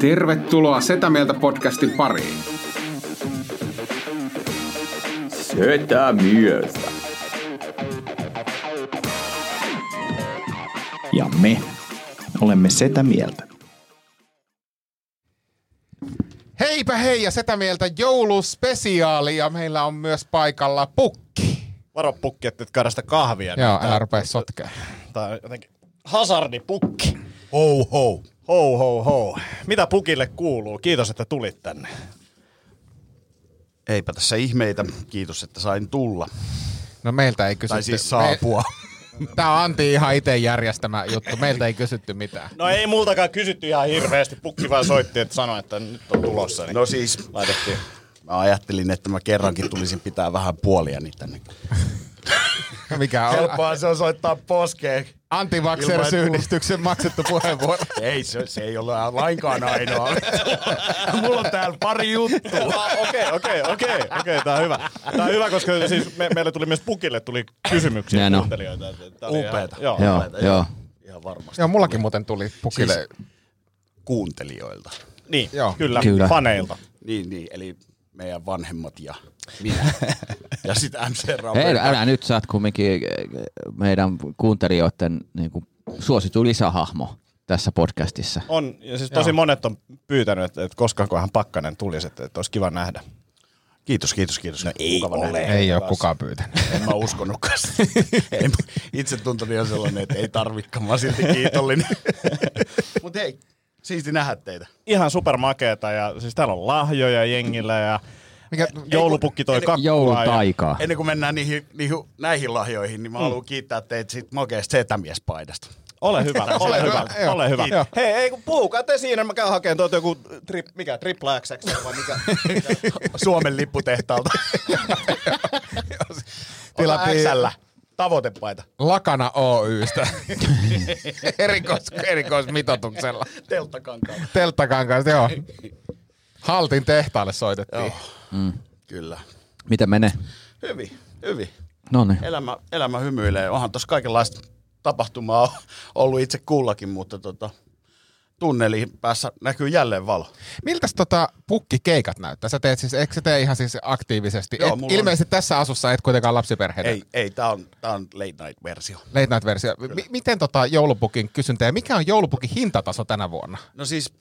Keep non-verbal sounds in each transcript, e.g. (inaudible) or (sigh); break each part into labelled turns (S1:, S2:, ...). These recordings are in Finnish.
S1: Tervetuloa Setä Mieltä podcastin pariin.
S2: Sötä myös.
S3: Ja me olemme sitä mieltä.
S4: Heipä hei ja sitä mieltä jouluspesiaali ja meillä on myös paikalla pukki.
S5: Varo pukki, ettei karasta kahvia. niin
S4: Joo,
S5: Tää-
S4: älä rupea sotkea.
S5: Tää on jotenkin hazardipukki. Ho ho. Ho ho ho. Mitä pukille kuuluu? Kiitos, että tulit tänne.
S2: Eipä tässä ihmeitä. Kiitos, että sain tulla.
S4: No meiltä ei kysytty.
S2: Tai siis saapua.
S4: Me... (laughs) Tää on Antti ihan itse järjestämä juttu. Meiltä ei kysytty mitään.
S5: No ei multakaan kysytty ihan hirveästi. Pukki vaan soitti, että sanoi, että nyt on tulossa. Niin
S2: No siis,
S5: laitettiin.
S2: mä ajattelin, että mä kerrankin tulisin pitää vähän puolia tänne.
S4: Mikä on
S2: se on soittaa poskeen.
S4: antivaxers-yhdistyksen maksettu puheenvuoro.
S2: Ei, se, se ei ole lainkaan ainoa. Mulla on täällä pari juttua.
S5: Ah, Okei, okei, okei, okei, tää on hyvä. Tää on hyvä, koska siis me, meille tuli myös pukille tuli kysymyksiä
S3: Näin on.
S5: kuuntelijoita. että tää oli ihan-
S2: Upeeta.
S5: Joo.
S3: Joo, joo.
S2: Ihan varmasti.
S4: Joo, mullakin muuten tuli pukille. Siis...
S2: Siis- Kuuntelijoilta.
S5: Niin,
S4: Joo.
S5: Kyllä,
S3: Kyllä.
S5: kyllä, faneilta.
S2: Niin, niin, eli meidän vanhemmat ja minä. ja sitten MC
S6: Hei,
S2: Ravel.
S6: älä nyt, sä oot kumminkin äh, meidän kuuntelijoiden niin kuin, suositu lisähahmo tässä podcastissa.
S5: On, ja siis tosi monet on pyytänyt, että, että koskaankohan Pakkanen tulisi, että, että olisi kiva nähdä.
S2: Kiitos, kiitos, kiitos. No ei
S5: ole.
S4: Ei ole kukaan pyytänyt.
S2: En mä uskonutkaan sitä. (laughs) En, itse tuntoni on sellainen, että ei tarvikka, mä oon silti kiitollinen. (laughs) Mut hei, siisti nähdä teitä.
S5: Ihan supermakeeta ja siis täällä on lahjoja jengillä ja e,
S4: Mikä,
S5: joulupukki toi kakkua. ja-
S6: Joulutaikaa.
S2: Ennen kuin mennään niihin, niihin, näihin lahjoihin, niin mä haluan kiittää teitä siitä makeasta setämiespaidasta.
S5: Ole hyvä, ole
S4: Joo,
S5: hyvä,
S4: joo.
S5: ole hyvä.
S4: Kiitos.
S5: Hei, ei kun puukaatte siinä, mä käyn hakemaan tuolta joku trip, mikä, tripla XX vai mikä.
S2: (laughs) Suomen (laughs) lipputehtaalta.
S4: Tilattiin-
S2: Tilattiin. XL. Tavoitepaita.
S4: Lakana (laughs) Oystä. Erikois, erikoismitotuksella.
S2: Telttakankaan.
S4: Telttakankaista, joo. Haltin tehtaalle soitettiin.
S2: Joo. Mm. Kyllä.
S6: Miten menee?
S2: Hyvin, hyvin.
S6: No niin.
S2: elämä, elämä hymyilee. Onhan tuossa kaikenlaista tapahtumaa (laughs) ollut itse kullakin, mutta tota, tunneli päässä näkyy jälleen valo.
S4: Miltäs tota pukkikeikat näyttää? Sä teet siis, eikö sä tee ihan siis aktiivisesti?
S2: Joo,
S4: et,
S2: mulla on-
S4: ilmeisesti tässä asussa et kuitenkaan lapsiperheitä.
S2: Ei, ei tämä on, tää on late night versio.
S4: Late night versio. M- miten tota joulupukin kysyntä ja mikä on joulupukin hintataso tänä vuonna?
S2: No siis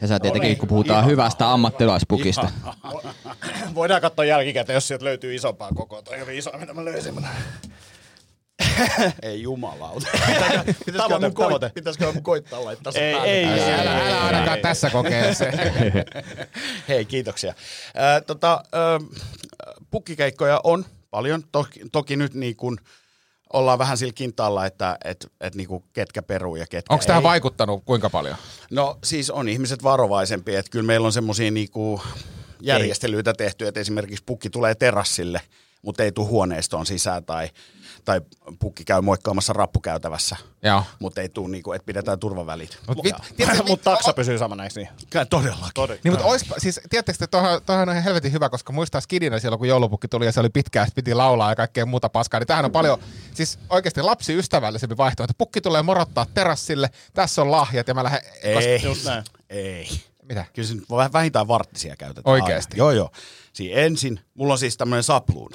S6: Ja sä tietenkin,
S2: niin.
S6: kun puhutaan
S2: Ihan-
S6: hyvästä ammattilaispukista.
S5: (clears throat) Voidaan katsoa jälkikäteen, jos sieltä löytyy isompaa kokoa. Toi oli iso, mitä mä löysin. Mä-
S2: (laughs) ei jumalauta. Pitäisikö- Pitäisikö
S5: Tavoite,
S2: mun, koit,
S5: tavoite.
S2: pitäisikö mun koittaa laittaa se
S5: Ei,
S2: päälle?
S5: ei,
S2: Ai,
S5: ei,
S2: se-
S4: Älä, älä ainakaan tässä kokeessa.
S2: (laughs) Hei, kiitoksia. Ää, tota, ää, pukkikeikkoja on paljon. Toki, toki nyt niin kun ollaan vähän sillä kintaalla, että et, et niin kuin ketkä peruu ja ketkä
S4: Onko tähän
S2: ei.
S4: vaikuttanut kuinka paljon?
S2: No siis on ihmiset varovaisempi, että kyllä meillä on semmoisia niinku järjestelyitä tehty, että esimerkiksi pukki tulee terassille, mutta ei tule huoneistoon sisään tai, tai pukki käy moikkaamassa rappukäytävässä,
S4: Joo.
S2: mutta ei tule niinku, että pidetään turvavälit.
S4: Mut,
S2: (laughs)
S4: mit, tiedätkö,
S5: Mutta
S4: mit,
S5: mut taksa pysyy samana, eikö niin?
S2: Kyllä todellakin.
S5: Todella.
S4: niin, mutta ois, siis, tiedättekö, että toihan, toihan on ihan helvetin hyvä, koska muistaa skidinä silloin, kun joulupukki tuli ja se oli pitkään, sit piti laulaa ja kaikkea muuta paskaa, niin tämähän on paljon, siis oikeasti lapsiystävällisempi vaihtoehto. Pukki tulee morottaa terassille, tässä on lahjat ja mä lähden...
S2: Ei,
S5: Just näin.
S2: ei.
S4: Mitä?
S2: Kyllä se nyt vä- vähintään varttisia käytetään.
S4: Oikeesti?
S2: aina. Joo, joo. Siis ensin, mulla on siis tämmöinen sapluun.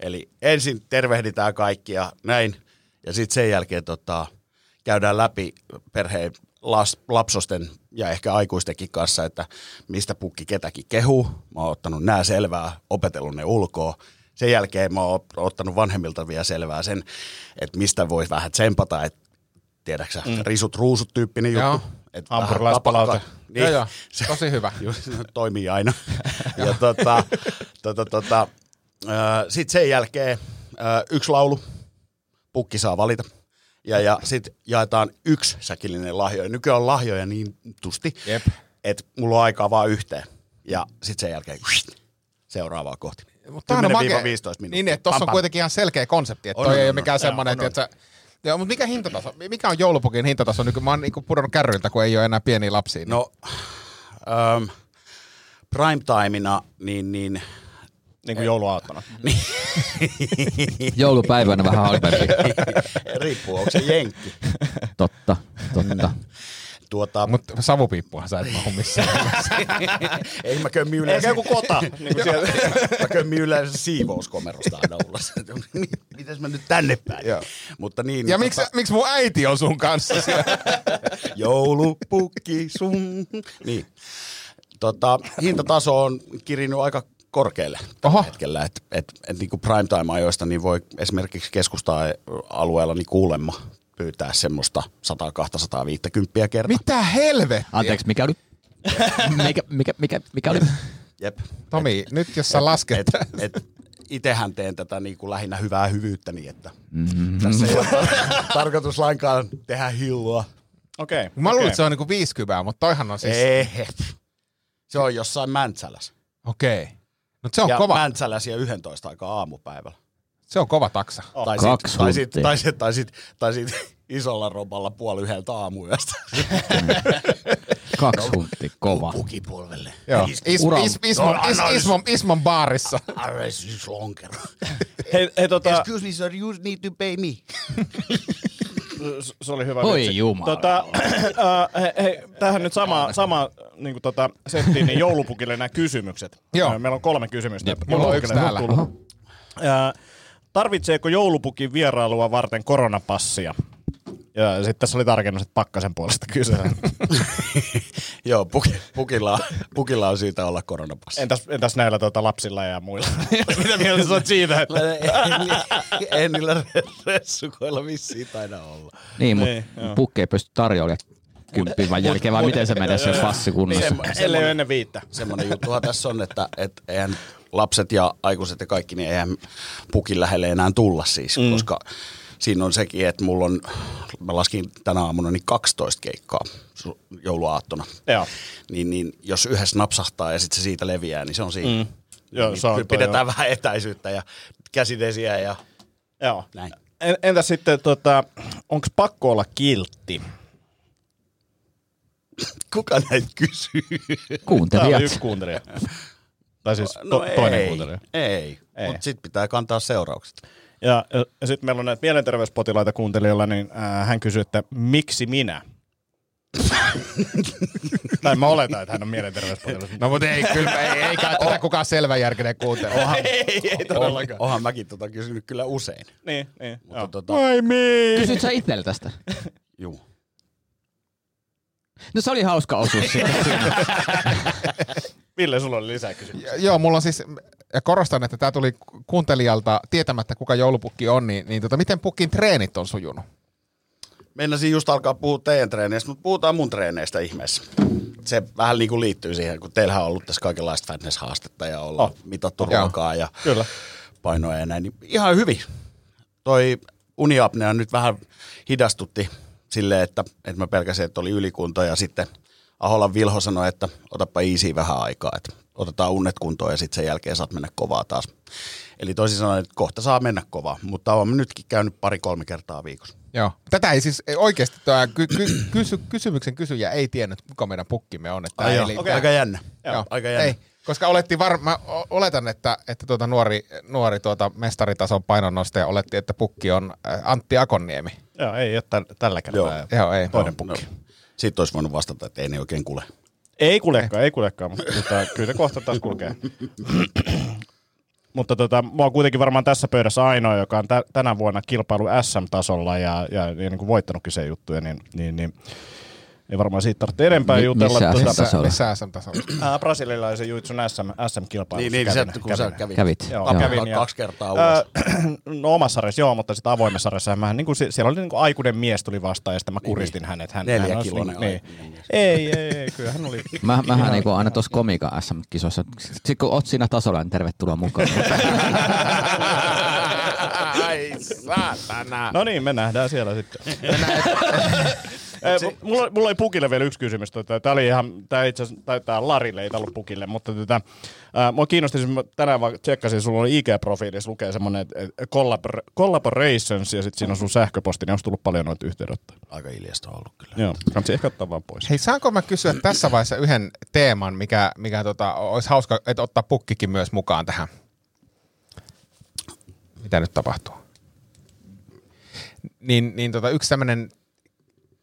S2: Eli ensin tervehditään kaikkia näin, ja sitten sen jälkeen tota, käydään läpi perheen las, lapsosten ja ehkä aikuistenkin kanssa, että mistä pukki ketäkin kehuu. Mä oon ottanut nää selvää, opetellut ne ulkoa. Sen jälkeen mä oon ottanut vanhemmilta vielä selvää sen, että mistä voi vähän tsempata, että tiedäksä, mm. risut ruusut tyyppinen juttu.
S4: Joo.
S2: Et
S5: Hampurilaispalaute.
S2: vähän tapakka-
S4: Niin. Joo, joo. Tosi hyvä.
S2: (laughs) Just, toimii aina. ja (laughs) tota, tota, tota, Sitten sen jälkeen ö, yksi laulu, pukki saa valita. Ja, ja sitten jaetaan yksi säkillinen lahjoja. Nykyään on lahjoja niin tusti,
S4: Jep.
S2: että mulla on aikaa vaan yhteen. Ja sitten sen jälkeen seuraavaa kohti.
S4: Mutta on
S2: 10-15
S4: makea.
S2: minuuttia.
S4: Niin, että tuossa
S2: Pam,
S4: on
S2: pam.
S4: kuitenkin ihan selkeä konsepti, että
S2: On,
S4: toi
S2: on,
S4: ei ole
S2: on,
S4: mikään
S2: on.
S4: semmoinen,
S2: Joo, on,
S4: että sä... Joo, mutta mikä hintataso? Mikä on joulupukin hintataso? Nyt kun mä oon niinku pudonnut kärryiltä, kun ei ole enää pieniä lapsia. No.
S2: No, ähm, primetimeina, niin, niin
S5: Niin kuin jouluaattona.
S6: Joulupäivänä vähän (laughs) halvempi.
S2: riippuu, onko se jenkki.
S6: Totta, totta.
S2: Tuota,
S4: Mutta savupiippuhan sä et mahu missään.
S2: ei mä kömmi yleensä.
S5: Eikä joku kota. Niin kuin siellä.
S2: mä kömmin yleensä siivouskomerosta aina ulos. (laughs) Mitäs mä nyt tänne päin?
S4: Joo.
S2: Mutta niin,
S4: ja
S2: tota,
S4: miksi, miksi mun äiti on sun kanssa siellä?
S2: Joulupukki sun. Niin. Tota, hintataso on kirinnyt aika korkealle tällä
S4: Oho.
S2: hetkellä. Et, et, et niin primetime-ajoista niin voi esimerkiksi keskustaa alueella niin kuulemma pyytää semmoista 100-250 kertaa.
S4: Mitä helvettiä?
S6: Anteeksi, mikä oli? Mikä, mikä, mikä, mikä oli?
S2: Jep.
S4: Tomi, nyt jos sä lasket.
S2: Et, et, itehän teen tätä niin kuin lähinnä hyvää hyvyyttä niin, että
S4: Mm-hmm.
S2: tässä ei ole (laughs) tar- tarkoitus lainkaan tehdä hillua.
S5: Okei.
S4: Mä luulin,
S5: okei.
S4: että se on niinku 50, mutta toihan on siis...
S2: Ei. Se on jossain Mäntsälässä.
S4: Okei. No se on
S2: ja
S4: kova,
S2: Mäntsälässä ja 11 aikaa aamupäivällä.
S4: se on kova taksa.
S2: Tai
S6: Kaksi
S2: sit, tai, sit,
S6: tuntia.
S2: tai, sit, tai, sit, tai sit isolla roballa puoli yhdeltä aamuyöstä.
S4: (laughs)
S6: Kaksi huntti, kova.
S2: Pukipolvelle.
S4: Joo. Is, is,
S6: Uran-
S4: is, ismon,
S2: No,
S4: is,
S2: anna-
S4: ismon, ismon baarissa.
S2: Arre, siis lonkero.
S5: Hei, hei tota,
S2: (laughs) Excuse me, sir, you need to pay me.
S5: s- se oli hyvä
S6: Voi
S5: vitsi.
S6: jumala.
S5: Tota, (clears throat) äh, hei, hei, tämähän nyt sama, sama niin kuin tota, settiin, niin joulupukille nämä kysymykset.
S4: Joo.
S5: Äh, Meillä on kolme kysymystä. Jep,
S4: Mulla on yksi täällä.
S5: tarvitseeko joulupukin vierailua varten koronapassia? Ja sitten tässä oli tarkennus, että pakkasen puolesta kyse.
S2: Joo, puki, pukilla, pukilla on syytä olla koronapassi.
S5: entäs, entäs näillä tota, lapsilla ja muilla? Mitä mieltä sä oot siitä? (laughs) Että...
S2: En, en niillä ressukoilla vissiin taida olla.
S6: Niin,
S5: Niin, joo.
S6: mutta pukki ei pysty tarjolla kymppiin vai jälkeen, vai miten se menee se passi kunnossa?
S5: Ellei ole ennen viittä.
S2: Semmoinen juttuhan tässä on, että et eihän lapset ja aikuiset ja kaikki, niin eihän pukin lähelle enää tulla siis, mm. koska siinä on sekin, että mulla on, mä laskin tänä aamuna niin 12 keikkaa su- jouluaattona.
S5: Joo.
S2: Niin, niin jos yhdessä napsahtaa ja sitten se siitä leviää, niin se on siinä. Mm.
S5: Joo,
S2: niin
S5: se on
S2: kyllä
S5: toi,
S2: pidetään vähän etäisyyttä ja käsidesiä ja
S5: Joo.
S2: näin.
S5: En, entä sitten, tota, onko pakko olla kiltti?
S2: Kuka näitä kysyy?
S5: Täällä on
S6: Kuuntelijat.
S5: yksi kuuntelija. tai siis to,
S2: No
S5: toinen
S2: ei,
S5: kuuntelija.
S2: ei.
S5: Ei.
S2: ei. mutta sitten pitää kantaa seuraukset.
S5: Ja, ja sitten meillä on näitä mielenterveyspotilaita kuuntelijoilla, niin äh, hän kysyy, että miksi
S2: (laughs)
S5: minä? tai mä oletan, että hän on mielenterveyspotilas.
S2: Niin.
S4: No mutta ei, kyllä ei, ei
S2: (laughs)
S4: kai tätä kukaan selvänjärkinen kuuntele. Onhan,
S2: ei todellakaan. Onhan mäkin tota kysynyt kyllä usein.
S5: niin, niin.
S2: Mutta tota,
S5: Why me?
S6: Kysyit sä itseltästä?
S2: juu.
S6: No se oli hauska osuus sitten. (laughs)
S5: Ville, sulla oli lisää kysymyksiä.
S4: joo, mulla on siis, ja korostan, että tämä tuli ku- kuuntelijalta tietämättä, kuka joulupukki on, niin, niin tota, miten pukin treenit on sujunut?
S2: Meinasin just alkaa puhua teidän treeneistä, mutta puhutaan mun treeneistä ihmeessä. Se vähän niin kuin liittyy siihen, kun teillähän on ollut tässä kaikenlaista fitness-haastetta ja olla oh. mitattu
S4: Joo.
S2: ruokaa ja
S5: Kyllä.
S2: painoja ja näin. Niin ihan hyvin. Toi uniapnea nyt vähän hidastutti silleen, että, että mä pelkäsin, että oli ylikunto ja sitten Aholan Vilho sanoi, että otapa easy vähän aikaa, että otetaan unnet kuntoon ja sitten sen jälkeen saat mennä kovaa taas. Eli toisin sanoen, että kohta saa mennä kovaa, mutta olen nytkin käynyt pari-kolme kertaa viikossa.
S4: Joo. Tätä ei siis ei oikeasti, tämä ky- ky- kysy- kysymyksen kysyjä ei tiennyt, kuka meidän pukkimme on. Että
S2: Ai
S4: ei
S2: joo,
S4: liity-
S2: Aika jännä.
S4: Joo.
S2: Aika jännä.
S4: Ei, koska olettiin var- mä o- oletan, että, että tuota nuori, nuori tuota mestaritason painonnostaja oletti, että pukki on äh, Antti Akonniemi.
S5: Joo, ei ole täl- tällä kertaa.
S2: Joo. Niin,
S4: Joo, ei.
S5: Toinen pukki.
S2: Siitä olisi voinut vastata, että ei ne oikein kuule.
S5: Ei kuljekaan, ei kuljekaan, mutta tota, kyllä se kohta taas kulkee. (clears throat) mutta tota, mä oon kuitenkin varmaan tässä pöydässä ainoa, joka on tä- tänä vuonna kilpailu SM-tasolla ja, ja, ja niin kuin voittanutkin sen juttuja, niin, niin, niin ei varmaan siitä tarvitse enempää
S6: Mi-
S5: jutella.
S6: missä
S5: Tota,
S6: SM-tasolla?
S4: Missä,
S6: Tasolla.
S4: missä SM-tasolla?
S5: ää, brasililaisen juitsun SM, SM-kilpailussa.
S2: Niin, niin sä,
S5: kävin,
S2: kun sä
S5: kävin.
S2: kävit.
S6: Kävit.
S5: Joo,
S6: Joo.
S5: kävin. ja-
S2: Kaksi kertaa
S5: Ää, (clears throat)
S2: (laughs) ulos.
S5: no omassa sarjassa joo, mutta sitten avoimessa sarjassa mä, niin kuin, siellä oli niin kuin aikuinen mies tuli vastaan ja sitten mä kuristin niin, hänet. Hän,
S2: Neljä
S5: hän olisi
S2: kiloinen
S5: niin,
S2: aikuinen
S5: niin. Ei, ei, ei, kyllä hän
S2: (laughs)
S5: oli.
S6: Mä, mähän niinku aina tuossa komika SM-kisossa. Sitten kun oot (laughs) siinä tasolla, niin tervetuloa mukaan.
S2: Ai saatana.
S4: nähdään nää.
S5: No niin, me nähdään siellä sitten. (laughs) Eh, mu- mulla, mulla oli Pukille vielä yksi kysymys. Tota, tää oli ihan, tää itse asiassa, tai tää Larille ei tää ollut Pukille, mutta tätä, ää, mua kiinnosti, siis mä tänään vaan tsekkasin, sulla oli IG-profiilissa lukee semmonen, että et, collabor- collaborations, ja sit siinä on sun sähköposti, niin on tullut paljon noita yhteydenottoja.
S2: Aika iljasta on ollut kyllä.
S5: Joo, kannattaa ehkä ottaa vaan pois.
S4: Hei, saanko mä kysyä tässä vaiheessa yhden teeman, mikä, mikä tota, olisi hauska, että ottaa pukkikin myös mukaan tähän? Mitä nyt tapahtuu? Niin, niin tota, yksi tämmöinen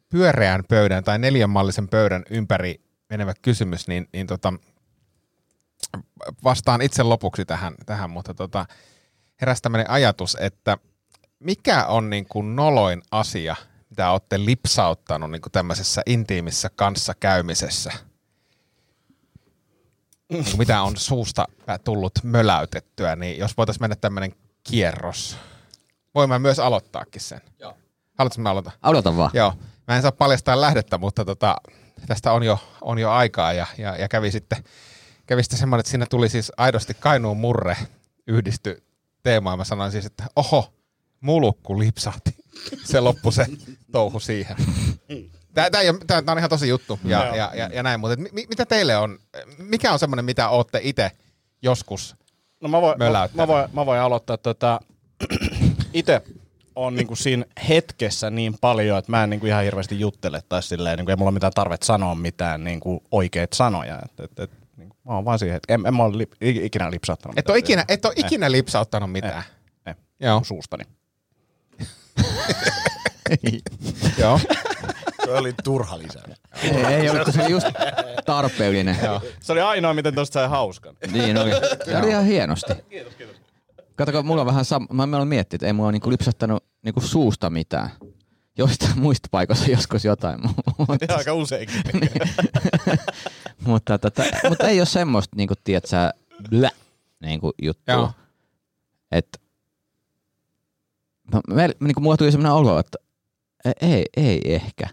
S4: pyöreän pöydän tai neljänmallisen pöydän ympäri menevä kysymys, niin, niin tota, vastaan itse lopuksi tähän, tähän mutta tota, heräsi tämmöinen ajatus, että mikä on niin kuin noloin asia, mitä olette lipsauttanut niin kuin tämmöisessä intiimissä kanssakäymisessä? Niin kuin mitä on suusta tullut möläytettyä, niin jos voitaisiin mennä tämmöinen kierros. Voin mä myös aloittaakin sen. Joo. Haluatko mä aloitan?
S6: Odota vaan.
S4: Joo, mä en saa paljastaa lähdettä, mutta tota, tästä on jo, on jo aikaa ja, ja, ja kävi sitten, kävi sitten semmoinen, että siinä tuli siis aidosti Kainuun murre yhdisty teemaan. Mä sanoin siis, että oho, mulukku lipsahti. Se loppui se touhu siihen. Tämä, tämä, ei ole, tämä, tämä on ihan tosi juttu ja, ja, ja, ja näin, mutta et mi, mitä teille on, mikä on semmoinen, mitä olette itse joskus?
S5: No mä voin, mä,
S4: Möläyttää.
S5: mä voin, mä voin aloittaa tota, (clears throat) itse on niinku siinä hetkessä niin paljon, että mä en niinku ihan hirveästi juttele tai silleen, niinku ei mulla ole mitään tarvetta sanoa mitään niinku oikeita sanoja. Et, et, et, niinku, mä oon vaan siinä hetkessä. En, en mä ole lip, i- ikinä lipsauttanut.
S4: Et
S5: mitään
S4: ole ikinä,
S5: siihen.
S4: et ole ikinä lipsauttanut mitään.
S5: Ei,
S4: Joo,
S5: suustani.
S4: (laughs) joo.
S2: Se oli turha lisä.
S6: Ei, ei ollut, kun se oli just tarpeellinen.
S5: Se oli ainoa, miten tosta sai hauskan.
S6: Niin oli. Se oli ihan hienosti. Kiitos, kiitos. Katsokaa, mulla on vähän sam... Mä, mä olen miettinyt, että ei mulla ole niinku lipsahtanut niinku suusta mitään. Jostain muista paikoista joskus jotain. (laughs)
S5: Ihan aika useinkin.
S4: (laughs)
S6: mutta, tota, mutta ei ole semmoista, niinku, tiedätkö, blä, niinku, juttua.
S4: Joo.
S6: Et, mä, mä, niinku, mulla tuli semmoinen olo, että e- ei, ei ehkä.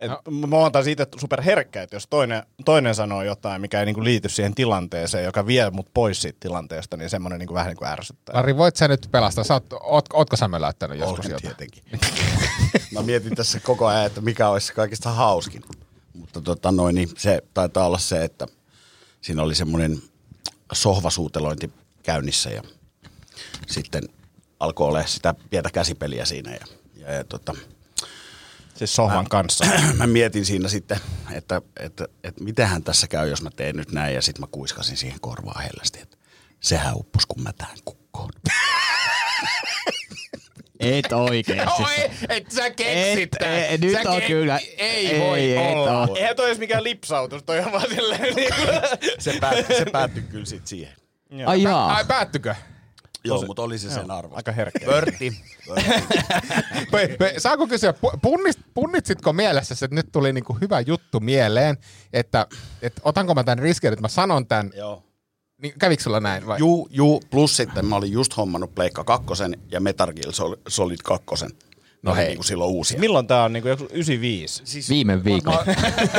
S5: Et mä oon taas itse superherkkä, että jos toinen, toinen sanoo jotain, mikä ei niinku liity siihen tilanteeseen, joka vie mut pois siitä tilanteesta, niin semmoinen niinku vähän niinku ärsyttää.
S4: Lari, voit sä nyt pelastaa? Sä oot, oot, ootko sä möläyttänyt joskus
S2: Olkin
S4: jotain?
S2: tietenkin. Mä mietin tässä koko ajan, että mikä olisi se kaikista hauskin. Mutta tota noin, niin se taitaa olla se, että siinä oli semmoinen sohvasuutelointi käynnissä ja sitten alkoi olla sitä pientä käsipeliä siinä ja, ja, ja tota,
S5: Siis sohvan (clears throat) kanssa.
S2: mä mietin siinä sitten, että, että, että mitenhän tässä käy, jos mä teen nyt näin ja sitten mä kuiskasin siihen korvaa hellästi, että sehän uppos, kun mä tähän kukkoon.
S6: Et oikeesti.
S4: No ei, et sä keksit
S6: Siis- Et-
S4: tän.
S6: ei, nyt
S4: Sä
S6: on kyllä-
S4: Ei,
S6: ei,
S4: voi
S6: et
S4: olla.
S6: oo.
S5: Eihän toi edes mikään lipsautus, toi on vaan silleen niinku.
S2: Se päättyi, se päättyi kyllä sitten siihen.
S6: Ai jaa.
S4: Ai päättykö?
S2: Joo, mutta oli se sen arvo.
S5: Aika herkkä.
S2: Pörtti. Pörtti.
S4: Pe, pe, saanko kysyä, pu- punnist, punnitsitko mielessä, että nyt tuli niinku hyvä juttu mieleen, että et otanko mä tämän riskin, että mä sanon tämän,
S2: Joo.
S4: niin kävikö sulla näin vai?
S2: Juu, juu, plus sitten mä olin just hommannut Pleikka kakkosen ja Metal Gear Sol- Solid kakkosen. No hei. Niin kuin silloin uusia.
S5: Milloin tää on niinku joku 95?
S2: Siis
S6: Viime viikolla.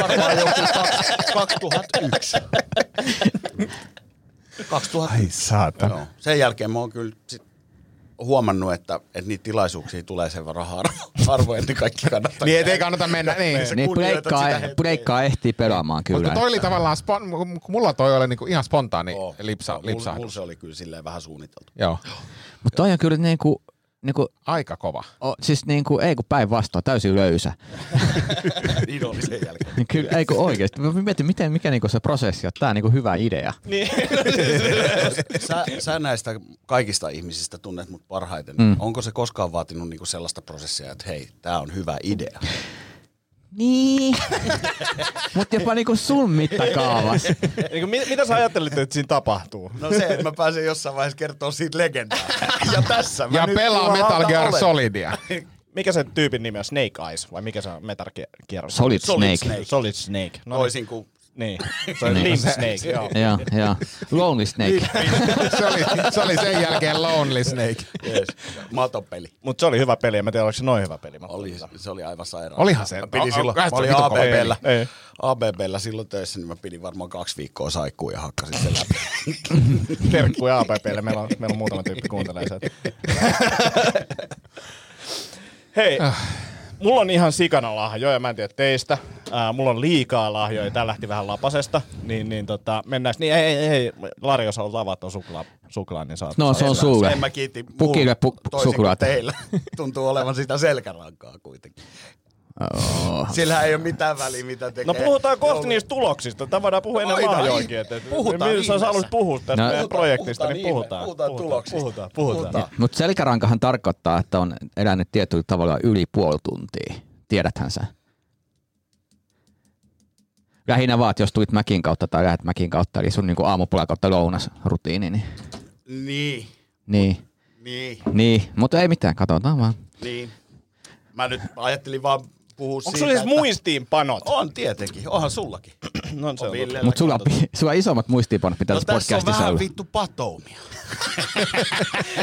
S2: varmaan joku kaks- 2001. 2000. Ai saatana. Joo. Sen jälkeen mä oon kyllä sit huomannut, että, että niitä tilaisuuksia tulee sen verran har- (laughs) harvoin, että kaikki kannattaa.
S4: Niin et ei kannata mennä, niin.
S2: Sä
S6: Niin
S2: kunnioitat
S6: breikkaa,
S2: sitä hetkeä.
S6: breikkaa ehtii pelaamaan kyllä.
S4: Mutta toi oli tavallaan, spon, kun mulla toi oli niinku ihan spontaani
S2: Joo.
S4: lipsa,
S2: Joo,
S4: lipsa.
S2: Mulla, mulla se oli kyllä silleen vähän suunniteltu. (laughs)
S4: Joo,
S6: Mut toi on kyllä niinku, niinku,
S4: aika kova.
S6: o, siis niinku, ei kun päinvastoin, täysin löysä.
S2: niin oli sen jälkeen.
S6: Niin Kyllä, ei kun oikeesti. Mä mietin, miten, mikä niinku se prosessi on. Tää on niinku hyvä idea.
S2: sä, sä näistä kaikista ihmisistä tunnet mut parhaiten. Mm. Onko se koskaan vaatinut niinku sellaista prosessia, että hei, tämä on hyvä idea?
S6: Niin. (laughs) Mutta jopa niinku sun mittakaavassa.
S5: (laughs) niinku, mit, mitä sä ajattelit, että siinä tapahtuu?
S2: No se, että mä pääsen jossain vaiheessa kertoa siitä legendaa. (laughs) Ja tässä mä
S4: Ja
S2: nyt
S4: pelaa
S2: jumalauta
S4: Metal Gear
S2: olen.
S4: Solidia.
S5: Mikä sen tyypin nimi on? Snake Eyes vai mikä se on? Metal Gear- Gear?
S6: Solid,
S2: Solid
S6: Snake.
S2: Snake.
S5: Solid Snake. No,
S2: Toisin kuin
S5: Niin. Se on Limp (laughs) Snake, joo.
S6: (laughs) Joo, joo. Lonely Snake.
S2: Niin.
S4: se, oli, se oli sen jälkeen Lonely Snake.
S2: Yes. Matopeli.
S5: Mutta se oli hyvä peli, en mä tiedä, oliko se noin hyvä peli. Mä
S2: Oli, se oli aivan sairaan.
S4: Olihan se.
S2: Mä pidin
S4: O-
S2: silloin,
S4: vähän
S2: mä olin
S4: vitun kova peli.
S2: ABBllä,
S5: Ei, ei.
S2: ABBllä silloin töissä, niin mä pidin varmaan kaksi viikkoa saikkuun ja hakkasin sen läpi.
S5: Terkkuja APPlle, meillä on, meillä on muutama tyyppi kuuntelee sieltä. Hei,
S6: Ah.
S5: mulla on ihan sikana lahjoja, mä en tiedä teistä. Äh, mulla on liikaa lahjoja, tää lähti vähän lapasesta, niin, niin tota, mennään. Niin ei, ei, ei, Lari, jos haluat avaa ton suklaa, suklaan, niin saat.
S6: No se on sulle.
S2: Sen mä kiitin mulla,
S6: Pukille pu-
S2: toisin kuin
S6: suklaata.
S2: teillä. Tuntuu olevan sitä selkärankaa kuitenkin.
S6: Oh.
S2: Sillä ei ole mitään väliä, mitä tekee.
S5: No puhutaan kohta
S2: Joulu-
S5: niistä tuloksista. Tämä voidaan puhua ennen
S2: Voidaan,
S5: lahjoinkin.
S2: ei.
S5: että- että-
S2: Puhutaan
S5: Miltä sä
S2: ihmeessä.
S5: haluaisit puhua tästä
S6: No.
S5: meidän
S2: Puhutaan,
S5: projektista,
S2: puhutaan
S5: niin
S2: ihme-
S5: puhutaan.
S2: puhutaan tuloksista.
S5: Puhutaan, puhutaan.
S2: Puhutaan.
S6: Mutta selkärankahan tarkoittaa, että on elänyt tietyllä tavalla yli puoli tuntia. Tiedäthän sä. Lähinnä vaan, että jos tulit mäkin kautta tai lähdet mäkin kautta, eli sun niinku aamupala kautta lounasrutiini, niin,
S2: Niin,
S6: niin,
S2: niin,
S6: niin. mutta ei mitään, katsotaan vaan.
S2: niin. Mä nyt ajattelin vaan puhua siitä,
S5: Onko sulla siis
S2: että-
S5: muistiinpanot?
S2: On tietenkin, onhan sullakin.
S5: (clears throat) No se on
S2: Villellä
S6: Mutta sulla, on
S2: katsotaan.
S6: pi- sulla on isommat muistiinpanot, mitä
S2: No
S6: tässä
S2: tässä on
S6: podcastissa
S2: vähän
S6: on.
S2: vittu patoumia.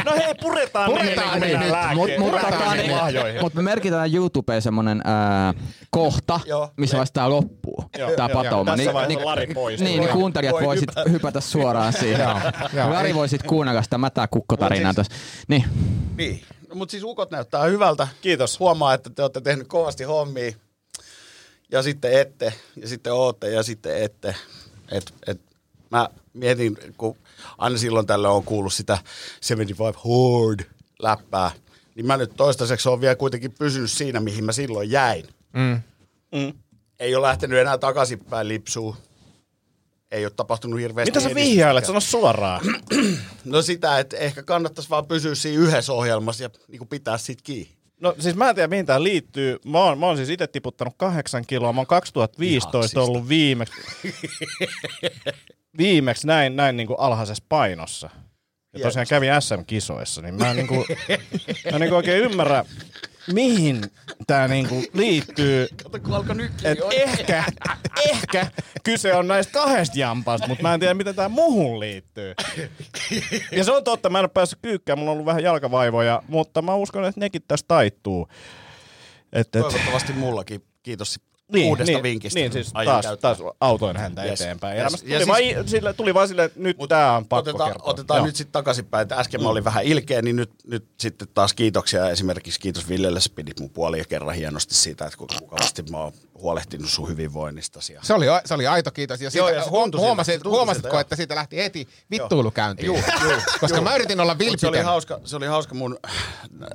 S5: No hei, puretaan,
S6: Niin,
S4: Puretaan
S5: niille,
S4: ne nyt,
S5: kun mennään
S4: mut-
S5: lääkkeelle.
S4: mut-
S5: Puretaan
S4: tota,
S5: niille
S4: niin-
S5: lahjoihin.
S6: Mutta me merkitään YouTubeen semmonen ää, kohta,
S2: Joo.
S6: missä vaiheessa tää loppuu,
S5: Niin. Joo,
S6: tää
S5: joo,
S6: patouma.
S5: tässä vaiheessa Lari pois.
S6: Niin, niin
S5: Voi-
S6: kuuntelijat
S2: voi
S6: voisit hypätä. suoraan siihen.
S4: Joo, joo.
S6: Lari
S5: Niin.
S6: voisit kuunnella sitä mätää kukkotarinaa
S2: Mut
S6: tuossa. Niin,
S2: Niin. No, mutta siis ukot näyttää hyvältä. Kiitos. Huomaa, että te olette tehnyt kovasti hommia. Ja sitten ette, ja sitten ootte, ja sitten ette. Et, et, mä mietin, kun aina silloin tällöin on kuullut sitä 75 Horde läppää, niin mä nyt toistaiseksi on vielä kuitenkin pysynyt siinä, mihin mä silloin jäin.
S4: Mm.
S2: Ei ole lähtenyt enää takaisinpäin lipsuun. Ei ole tapahtunut hirveästi.
S5: Mitä sä
S2: edistystä.
S5: vihjailet? Sano suoraan.
S2: No sitä, että ehkä kannattaisi vaan pysyä siinä yhdessä ohjelmassa ja niinku pitää siitä kiinni.
S5: No siis mä en tiedä, mihin tää liittyy. Mä oon, mä oon siis itse tiputtanut kahdeksan kiloa. Mä oon 2015
S2: Lihaksista.
S5: ollut viimeksi, viimeksi näin, näin niin kuin alhaisessa painossa. Ja tosiaan kävin SM-kisoissa, niin mä en, niin kuin, mä en niin kuin oikein ymmärrä, mihin tämä niin kuin liittyy.
S2: Kato, kun alkoi nytkin.
S5: Et ehkä, ehkä kyse on näistä kahdesta jampasta, mutta mä en tiedä, miten tämä muuhun liittyy. Ja se on totta, mä en ole päässyt kyykkään, mulla on ollut vähän jalkavaivoja, mutta mä uskon, että nekin tässä taittuu. Et, et,
S2: Toivottavasti mullakin. Kiitos uudesta
S5: niin,
S2: vinkistä.
S5: Niin, siis
S2: Aion
S5: taas,
S2: käyttää.
S5: taas autoin häntä
S2: Yes,
S5: yes, eteenpäin.
S2: yes.
S5: Yes, tuli, siis,
S2: Ja siis-
S5: vaan, i- sille, tuli vaan silleen, että nyt tämä on pakko
S2: otetaan,
S5: kertoa.
S2: otetaan
S5: Joo.
S2: nyt sitten takaisinpäin, että äsken mä olin vähän ilkeä, niin nyt, nyt sitten taas kiitoksia. Esimerkiksi kiitos Villelle, sä pidit mun puolia kerran hienosti siitä, että kuinka mukavasti mä oon huolehtinut sun hyvinvoinnistasi. Ja...
S4: Se oli, se oli aito kiitos. Ja, siitä,
S2: ja se
S4: huom-
S2: tuntui siltä, se
S4: huomasit,
S2: tuntui
S4: huomasitko,
S2: siltä, joo.
S4: että siitä lähti heti vittuilu käyntiin?
S2: Juu, juu,
S4: (laughs) Koska
S2: juu.
S4: mä yritin olla
S2: Mut Se oli,
S4: vilpitön.
S2: hauska, se oli hauska, mun äh,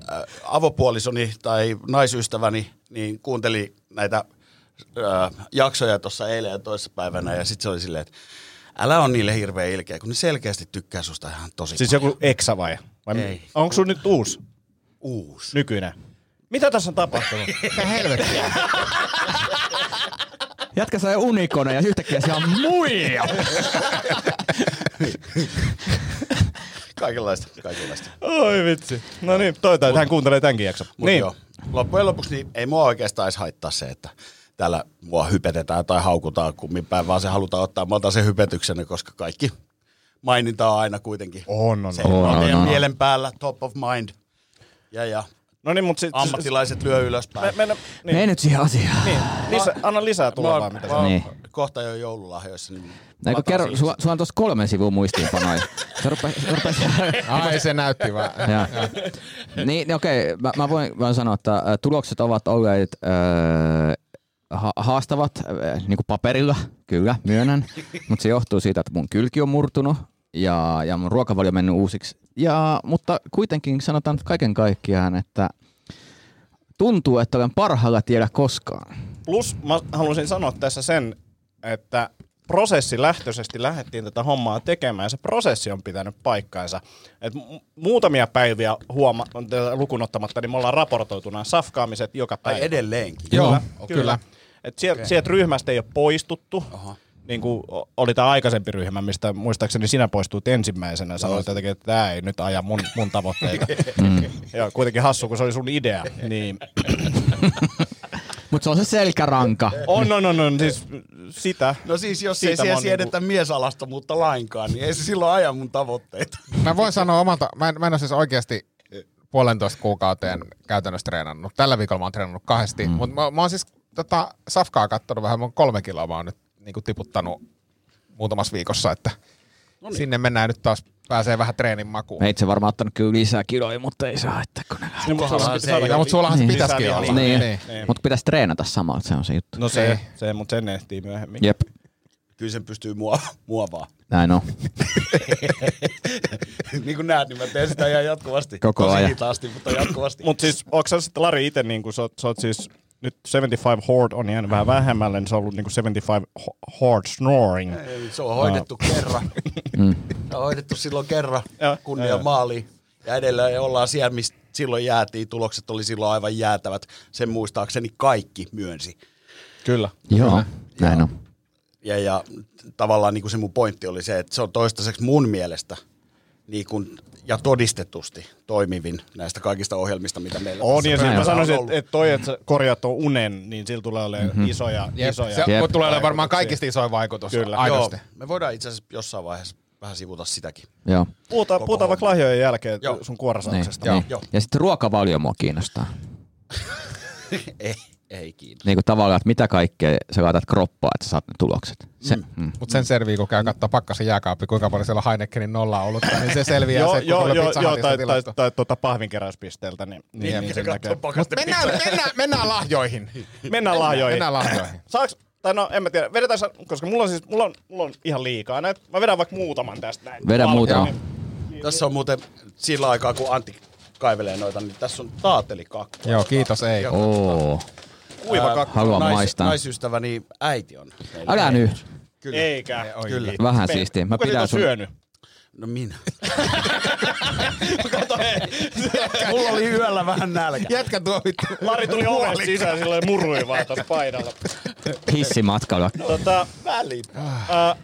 S2: avopuolisoni tai naisystäväni niin kuunteli näitä äh, jaksoja tuossa eilen ja toissapäivänä ja sitten se oli silleen, että älä on niille hirveä ilkeä, kun ne selkeästi tykkää susta ihan tosi
S5: Siis
S2: siis joku...
S5: joku eksa vai? vai
S2: Ei.
S5: Onko sun nyt uusi,
S2: uusi.
S5: nykyinen? Mitä tässä on tapahtunut?
S2: (laughs)
S4: Mitä helvettiä?
S6: jätkä sai unikona ja yhtäkkiä siellä
S5: Niin.
S6: on muija.
S2: Kaikenlaista, kaikenlaista.
S5: Oi vitsi. No niin, toivotaan, että hän kuuntelee tämänkin jakson.
S2: Mut
S5: niin.
S2: Joo, loppujen lopuksi niin ei mua oikeastaan edes haittaa se, että täällä mua hypetetään tai haukutaan kummin päin, vaan se halutaan ottaa. Mä otan sen hypetyksenä, koska kaikki maininta on aina kuitenkin.
S5: On, on,
S2: Se
S5: on.
S2: on,
S6: on,
S2: meidän
S6: on.
S2: mielen päällä, top of mind. Ja, ja
S5: No niin, mutta sit...
S2: ammattilaiset lyö
S5: Me,
S2: ylöspäin.
S5: mennä, niin,
S6: Mene nyt siihen asiaan.
S5: niin. Lisä, anna lisää
S2: Mä
S5: tulla
S2: oon-
S5: vaan, mitä
S2: mä
S5: sä...
S2: oon
S6: Niin.
S2: kohta jo joululahjoissa. Niin mä
S6: Näin, kun
S2: otan
S6: kerro,
S2: siihen
S5: siis.
S6: sulla, sulla on tuossa kolmen sivun muistiinpanoja. Se rupes, rupes,
S4: Ai se näytti vaan.
S6: ja. Niin, niin okei, mä, mä voin, voin sanoa, että ä, tulokset ovat olleet öö, ha- haastavat äh, niin kuin paperilla, kyllä, (laughs) myönnän. Mutta se johtuu siitä, että mun kylki on murtunut ja, ja mun ruokavalio on mennyt uusiksi. Ja, mutta kuitenkin sanotaan nyt kaiken kaikkiaan, että tuntuu, että olen parhaalla tiellä koskaan.
S5: Plus mä haluaisin sanoa tässä sen, että prosessi lähtöisesti lähdettiin tätä hommaa tekemään ja se prosessi on pitänyt paikkaansa. Et mu- muutamia päiviä huoma- lukunottamatta, niin me ollaan raportoitu nämä safkaamiset joka
S2: Ai
S5: päivä.
S2: edelleenkin.
S4: Joo, kyllä.
S5: Et sieltä, okay. sieltä ryhmästä ei ole poistuttu. Niin kuin oli tämä aikaisempi ryhmä, mistä muistaakseni sinä poistuit ensimmäisenä. Sanoit jotenkin, että tämä ei nyt aja mun, mun tavoitteita. Joo, kuitenkin hassu, kun se oli sun idea. Niin,
S6: Mutta se on se selkäranka.
S5: Oh, on, on, on, on. no, Siis sitä.
S2: No siis jos
S5: Siitä
S2: ei
S5: mä
S2: siellä
S5: oon
S2: siedetä niinku... miesalaista mutta lainkaan, niin ei se silloin aja mun tavoitteita.
S4: Mä voin sanoa omalta, mä en, mä en ole siis oikeasti puolentoista kuukauteen käytännössä treenannut. Tällä viikolla mä oon treenannut kahdesti, mm. mutta mä, mä oon siis tota, safkaa kattonut vähän, mä oon kolme kiloa mä oon nyt niin kuin tiputtanut muutamassa viikossa, että
S2: No niin.
S4: Noniin. sinne mennään nyt taas, pääsee vähän treenin makuun.
S6: Meitse varmaan ottanut kyllä lisää kiloja, mutta ei saa haittaa, kun ne
S5: Niin, mutta
S2: Kohdalla
S5: saada-
S2: se ei
S5: saada-
S4: Ja, mutta sullahan se
S6: Niin.
S4: pitäisikin
S5: Lisää
S4: olla.
S5: vielä.
S6: Niin,
S4: niin.
S6: niin. mutta pitäisi treenata samalla, se on se juttu.
S5: No se, se mutta sen ehtii myöhemmin.
S6: Jep,
S2: Kyllä sen pystyy muova- muovaa.
S6: näin on.
S2: (laughs) niin kuin näet, niin mä teen sitä ihan jatkuvasti.
S6: Koko
S2: Tosi
S6: ajan.
S2: hitaasti, mutta jatkuvasti.
S5: Mutta siis onko sä sitten Lari itse, niin kun sä, oot- sä oot siis nyt 75 Horde on jäänyt vähän vähemmälle, niin se on ollut niin 75 ho- Horde Snoring.
S2: Ei, Se on hoidettu kerran. Se on hoidettu silloin kerran
S5: Joo,
S2: kunnia
S5: joo.
S2: maaliin. Ja edelleen ollaan siellä, mistä silloin jäätiin. Tulokset oli silloin aivan jäätävät. Sen muistaakseni kaikki myönsi.
S5: Kyllä.
S6: Joo, näin on.
S2: ja, ja tavallaan niin kuin se mun pointti oli se, että se on toistaiseksi mun mielestä niin kuin, ja todistetusti toimivin näistä kaikista ohjelmista, mitä meillä
S5: On, Niin, ja
S2: tässä
S5: sitten mä
S2: pöydällä on
S5: sanoisin,
S2: ollut.
S5: että et toi, että sä korjaat tuon unen, niin sillä tulee olemaan mm-hmm. isoja,
S4: Jep.
S5: isoja.
S4: Se
S6: Jep.
S4: Jep. tulee olemaan varmaan kaikista isoin vaikutus.
S5: Kyllä.
S4: Kyllä. Aidosti.
S2: Joo, me voidaan itse asiassa jossain vaiheessa vähän sivuta sitäkin. (laughs)
S6: Joo.
S5: Puhutaan,
S2: Koko
S5: puhutaan vaikka lahjojen jälkeen
S2: Joo.
S5: sun
S6: Niin,
S5: kuorasauksesta.
S6: niin.
S2: Joo.
S6: Ja sitten ruokavalio mua kiinnostaa.
S2: Ei, ei kiinni.
S6: Niin kuin tavallaan, että mitä kaikkea sä laitat kroppaa, että sä saat ne tulokset. Se, mm.
S4: Mutta sen servii, kun käy katsoa pakkasen jääkaappi, kuinka paljon siellä on Heinekenin nolla ollut, niin se selviää
S5: Joo,
S4: se, kun
S5: joo,
S4: tulee
S5: joo,
S4: Pizza
S5: joo,
S4: Hutista
S5: tai, tai,
S4: tilasto.
S5: tai tuota pahvinkeräyspisteeltä, niin, niin, niin, niin sen näkee.
S4: Mennään, mennään, mennään lahjoihin.
S5: Mennään lahjoihin.
S4: Mennään lahjoihin.
S5: Saaks, tai no en mä tiedä, vedetään, sa- koska mulla on siis, mulla on, mulla on ihan liikaa näitä. Mä vedän vaikka muutaman tästä näin.
S6: Vedä
S5: Alkuun,
S6: muutama.
S5: niin-
S2: Tässä on muuten sillä aikaa, kun Antti kaivelee noita, niin tässä on taatelikakku.
S4: Joo, kiitos, ei.
S6: Oo,
S5: Kuiva kakku.
S6: haluan maistaa.
S2: Naisystäväni äiti on. meillä.
S6: Älä nyt.
S2: Kyllä.
S5: Eikä. Oi,
S2: Kyllä.
S6: Vähän siistiä. Mä pidän sun...
S5: syönyt? (laughs)
S2: No minä. (laughs) Kato, hei. Mulla oli yöllä vähän nälkä.
S4: Jätkä tuo vittu.
S5: Lari tuli ovesta sisään silleen murui vaan tuossa paidalla.
S6: hissimatkalla.
S5: Tota,
S2: väliin.
S5: äh,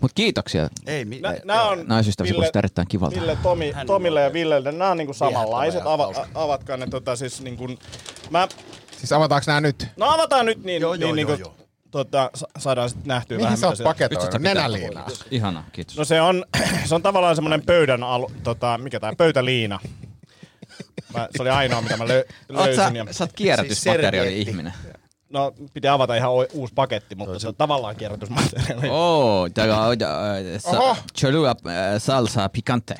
S6: Mut kiitoksia.
S2: Ei mitään.
S5: nä, nää on...
S6: Naisystäväsi
S5: Ville-
S6: kuulostaa erittäin kivalta.
S5: Ville, Tomi, Tomille ja Villelle, nämä on niinku samanlaiset.
S2: Viehättävä ja
S5: Ava,
S2: hauska.
S5: a- avatkaa ne tota siis niinku... Mä,
S4: Siis avataanko nämä nyt?
S5: no avataan nyt niin,
S2: Joo,
S5: niin
S2: joo,
S5: niinku,
S2: joo, joo.
S5: Tota, sa- saadaan sitten nähtyä
S4: Mihin
S5: vähän.
S4: sä
S5: mitä
S4: oot
S5: siellä-
S4: paketoinut? Nenäliinaa.
S6: Ihana, kiitos.
S5: No se on, (clears throat) se on tavallaan semmoinen pöydän alu, tota, mikä tää, pöytäliina. Mä, se oli ainoa, mitä mä lö,
S6: Oot sä,
S5: löysin. ja-
S6: sä oot
S2: Siis
S6: kierrätysmateriaali
S2: servietti.
S6: ihminen.
S5: No, piti avata ihan o- uusi paketti, mutta se on tavallaan kierrätysmateriaali.
S6: Oo, täällä on
S4: Oho.
S6: cholua äh, salsa picante.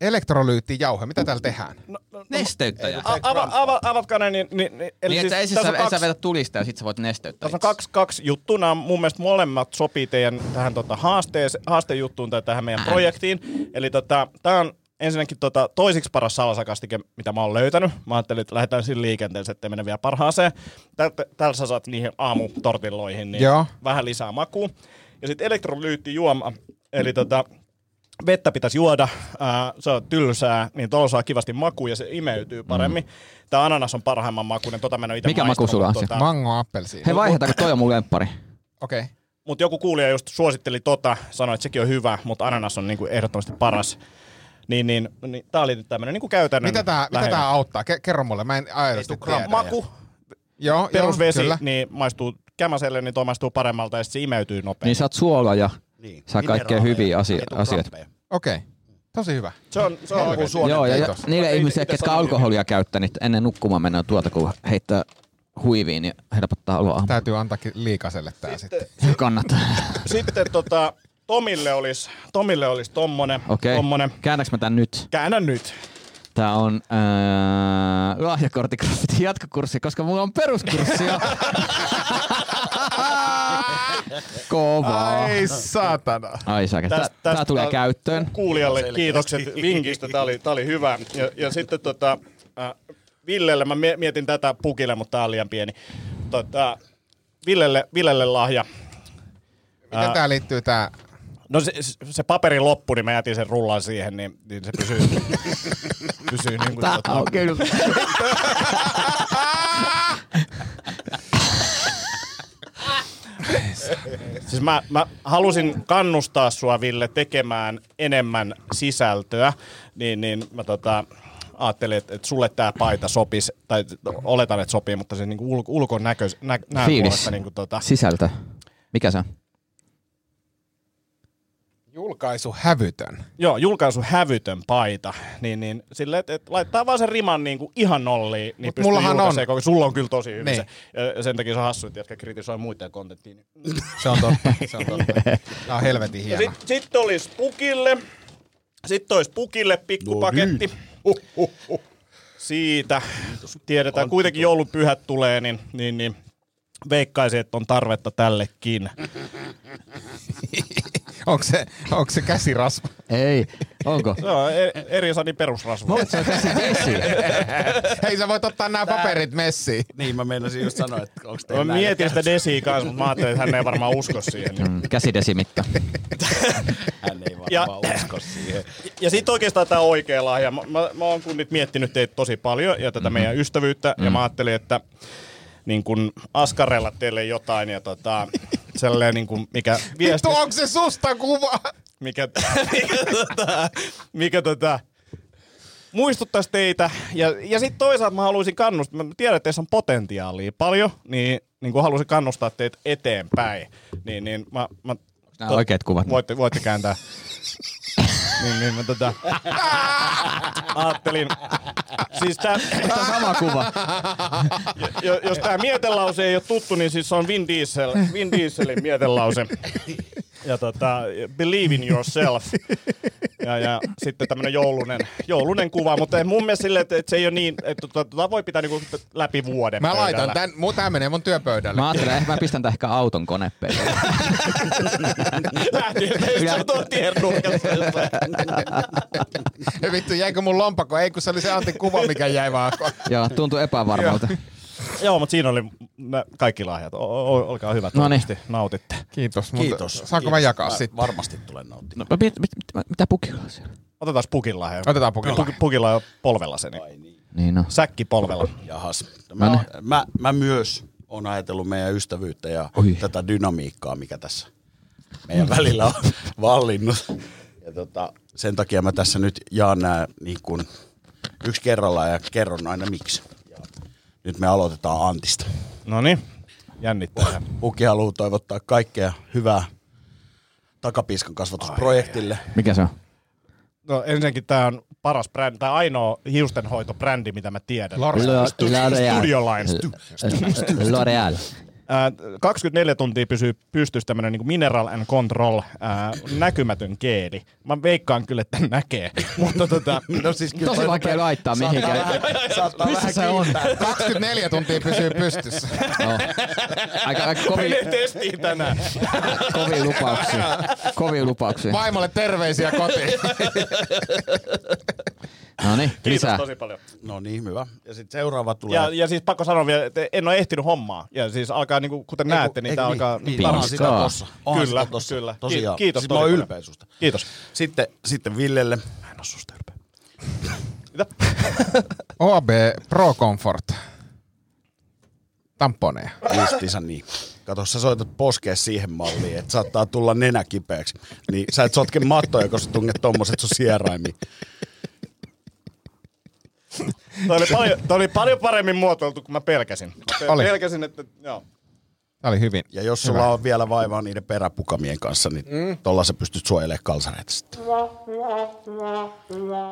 S4: Elektrolyyttijauhe, mitä täällä tehdään?
S5: No,
S6: Nesteyttäjä.
S5: A- ava, ava, avatkaa ne, niin... niin, niin eli
S6: Niin, että siis,
S5: tässä
S6: sä,
S5: on
S6: kaksi...
S5: kaksi,
S6: sä vedät tulista ja sit sä voit nesteyttää.
S5: tässä on
S6: itse.
S5: kaksi, kaksi juttua. Nämä on mun mielestä molemmat sopii teidän tähän tota, haasteeseen, haastejuttuun tai tähän meidän projektiin. Eli tota, tämä on ensinnäkin tota, toisiksi paras salasakastike, mitä mä oon löytänyt. Mä ajattelin, että lähdetään sillä liikenteessä, ettei mennä vielä parhaaseen. Tältä, täällä sä saat niihin aamutortilloihin niin
S4: Joo.
S5: vähän lisää makua. Ja sitten elektrolyytti juoma, eli tota, vettä pitäisi juoda, ää, se on tylsää, niin tuolla saa kivasti maku ja se imeytyy paremmin. Mm. Tämä ananas on parhaimman makuinen, tota mä en ole itse
S6: Mikä maku sulla on
S5: Tota,
S4: Mango appelsiini.
S6: Hei, vaihdetaanko toi on mun lemppari?
S4: Okei. Okay.
S5: mutta joku kuulija just suositteli tota, sanoi, että sekin on hyvä, mutta ananas on niinku ehdottomasti paras. Niin, niin, niin tää oli nyt tämmönen niinku käytännön
S4: Mitä tää, mitä
S5: läheinen.
S4: tää auttaa? Ke- kerro mulle, mä en aidosti tiedä.
S5: Maku,
S4: Joo,
S5: perusvesi,
S4: joo, kyllä.
S5: niin maistuu kämäselle, niin toi maistuu paremmalta ja sit se imeytyy
S6: Niin
S5: nopeasti.
S6: saat suola ja
S2: Niin.
S6: saa kaikkea hyviä asia, asioita.
S4: Okei, tosi hyvä.
S5: Se on, se on oikein.
S6: Joo, ja
S4: kiitos.
S6: niille
S5: Ei-
S6: ihmisille,
S5: ei
S6: ketkä
S5: tässä on
S6: alkoholia käyttää, niin ennen nukkumaan mennään tuota, kun heittää huiviin, niin helpottaa oloa.
S4: Täytyy antaakin liikaselle tää sitten.
S5: (laughs)
S6: (laughs) Kannattaa.
S5: Sitten tota, Tomille olisi Tomille olis tommonen.
S6: Okei,
S5: tommonen.
S6: käännäks mä tän nyt?
S5: Käännä nyt.
S6: Tää on ää, lahjakorttigraffitin jatkokurssi, koska mulla on
S5: (laughs)
S6: peruskurssia. Kovaa. Ai,
S4: Ai saatana.
S6: Ai säkä. Tää,
S5: Tästä-
S6: tää
S5: tästä-
S6: tulee käyttöön.
S5: Kuulijalle kiitokset vinkistä, tää oli, tää oli hyvä. Ja, ja sitten tota, äh, Villelle, mä mie- mietin tätä pukille, mutta tää on liian pieni. Tota, Villelle, Villelle lahja.
S4: Miten tää liittyy tää?
S5: No se, se paperi loppu, niin mä jätin sen rullan siihen, niin, niin se pysyy,
S6: (laughs)
S5: pysyy niin kuin
S6: Tää on kyllä.
S5: Siis mä, mä halusin kannustaa sua, Ville, tekemään enemmän sisältöä, niin, niin mä tota, ajattelin, että, että sulle tämä paita sopisi, tai oletan, että sopii, mutta se niinku ulko, ulkonäkö, nä, nää
S6: Fiilis.
S5: puolesta niinku tota,
S6: Sisältö. Mikä se on?
S4: Julkaisu hävytön.
S5: joo, julkaisu hävytön paita, niin, niin silleen, että, että laittaa vaan sen riman niinku ihan nolliin, niin
S4: Mut
S5: pystyy
S4: mullahan on.
S5: julkaisemaan, koska sulla on kyllä tosi hyvin
S4: Niin.
S5: niin. se. Ja sen takia se on hassuja, jotka kritisoi muita kontenttia. Niin.
S4: Se on totta. Se on totta. Tää on helvetin
S5: Ja
S4: hieno.
S5: sit, sit olisi pukille. Sitten olisi pukille pikkupaketti. No niin. uh, uh, uh. Siitä tiedetään. Kuitenkin joulupyhät tulee, niin, niin, niin veikkaisin, että on tarvetta tällekin.
S4: Onko se, onko se käsirasva?
S6: Ei.
S5: (laughs)
S6: Onko?
S5: Se on e- eri Sanin perusrasva.
S6: Mulla se on käsi vesi.
S4: Hei, sä voit ottaa nämä paperit messiin.
S2: Niin, mä meinasin just sanoa, että onko
S5: Mä
S2: teillä
S5: mietin sitä desiä kanssa, mutta mä ajattelin, että hän ei varmaan usko siihen.
S6: Mm, Käsidesimitta.
S2: Hän ei
S5: Ja-
S2: varmaan usko
S5: (laughs)
S2: siihen.
S5: Ja sitten oikeastaan tämä oikea lahja. Mä, mä, mä oon kun nyt miettinyt teitä tosi paljon ja tätä meidän ystävyyttä. Ja mä ajattelin, että niin kun askarella teille jotain ja tota, sellainen, niin kun, mikä
S4: Vittu,
S5: viesti...
S4: onko se susta kuva?
S5: mikä, (laughs) mikä, tota, mikä tota, muistuttaisi teitä. Ja, ja sitten toisaalta mä haluaisin kannustaa, mä tiedän, että teissä on potentiaalia paljon, niin, niin kun haluaisin kannustaa teitä eteenpäin. Niin, niin mä, mä
S6: Nämä oikeat kuvat.
S5: Voitte, voitte
S6: (laughs)
S5: kääntää. niin, niin mä tota... Ajattelin... Siis tää,
S6: Tämä sama kuva.
S5: jo- jos tää mietelause ei ole tuttu, niin siis se on Vin, Diesel, Vin Dieselin mietelause. Ja tota, believe in yourself. Ja, ja sitten tämmönen joulunen, joulunen kuva, mutta mun mielestä silleen, että, että se ei ole niin, että tota, tota voi pitää niinku läpi vuoden
S4: Mä laitan
S5: pöydällä.
S4: tän, mu- tää menee mun työpöydälle.
S6: Mä ajattelin, että mä pistän tän ehkä auton konepeille.
S5: Lähdin, että Niin, se on tuolla tiennurkassa jossain.
S4: Ja vittu, jäikö mun lompako? Ei, kun se oli se Antin kuva, mikä jäi vaan.
S6: Joo, tuntuu epävarmalta.
S5: Joo, mutta siinä oli nä- kaikki lahjat. O- o- olkaa hyvä,
S6: No niin.
S5: toivottavasti nautitte.
S4: Kiitos. Mutta
S2: Kiitos.
S4: Saanko
S2: Kiitos.
S4: mä jakaa sitten?
S2: Varmasti tulen nauttimaan.
S6: No, mit, mit, mit, mitä pukilla on siellä?
S5: Otetaan pukin lahja.
S4: Otetaan pukin
S5: Pu-
S4: lahja.
S5: Pukilla on polvella se. Niin.
S6: Niin no.
S5: Säkki polvella.
S2: Jahas. Mä, mä, mä, mä myös on ajatellut meidän ystävyyttä ja
S6: Oi.
S2: Oi. tätä dynamiikkaa, mikä tässä meidän välillä on (laughs) vallinnut. Ja tota, sen takia mä tässä nyt jaan nämä niin kun yksi kerrallaan ja kerron aina miksi. Ja nyt me aloitetaan Antista.
S5: No niin, jännittää.
S2: Uki haluaa toivottaa kaikkea hyvää takapiskan kasvatusprojektille.
S6: Mikä se on?
S5: No ensinnäkin tämä on paras brändi, tai ainoa hiustenhoitobrändi, mitä mä tiedän.
S4: Lars-
S5: Stu- Studio Lines.
S6: L'Oreal.
S5: Ää, 24 tuntia pysyy pystyssä tämmönen niin Mineral and Control ää, näkymätön geeli. Mä veikkaan kyllä, että tän näkee. (laughs) Mutta tota,
S2: No siis kyllä
S6: Tosi
S2: toi-
S6: vaikea
S2: (laughs)
S6: laittaa mihinkään.
S2: saattaa
S6: Missä
S2: vähän
S6: se on?
S4: 24 tuntia pysyy pystyssä.
S6: No. Aika, aika kovi,
S5: menee testiin tänään.
S6: kovi lupauksia. Kovi lupauksia.
S4: Vaimolle terveisiä kotiin.
S6: No niin,
S5: Kiitos
S6: lisää.
S5: tosi paljon.
S2: No niin, hyvä. Ja sitten seuraava tulee.
S5: Ja, ja siis pakko sanoa vielä, että en ole ehtinyt hommaa. Ja siis alkaa, niin kuin, kuten
S2: Eiku-
S5: näette, niin
S2: eiku
S5: tämä alkaa...
S2: Niin,
S6: Piiskaa.
S2: onhan sitä tossa. Onhan
S5: Kyllä,
S2: sitä tossa.
S5: kyllä.
S2: Tosiaan.
S5: Ki- kiitos
S2: Siis mä oon
S5: tosi paljon.
S2: ylpeä susta.
S5: Kiitos.
S2: Sitten, sitten Villelle.
S5: Mä en ole susta ylpeä.
S4: OB Pro Comfort. Tamponeja.
S2: Justiinsa niin. Kato, sä soitat poskea siihen malliin, että saattaa tulla nenä kipeäksi. Niin sä et sotke mattoja, kun sä tunget tommoset sun sieraimiin.
S5: Toi oli, paljon, toi oli paljon paremmin muotoiltu kuin mä pelkäsin. Mä pe-
S4: Oli.
S5: Pelkäsin, että joo.
S4: Tää oli hyvin.
S2: Ja jos sulla on vielä vaivaa niiden peräpukamien kanssa, niin mm. tolla sä pystyt suojelemaan kalsareita sitten.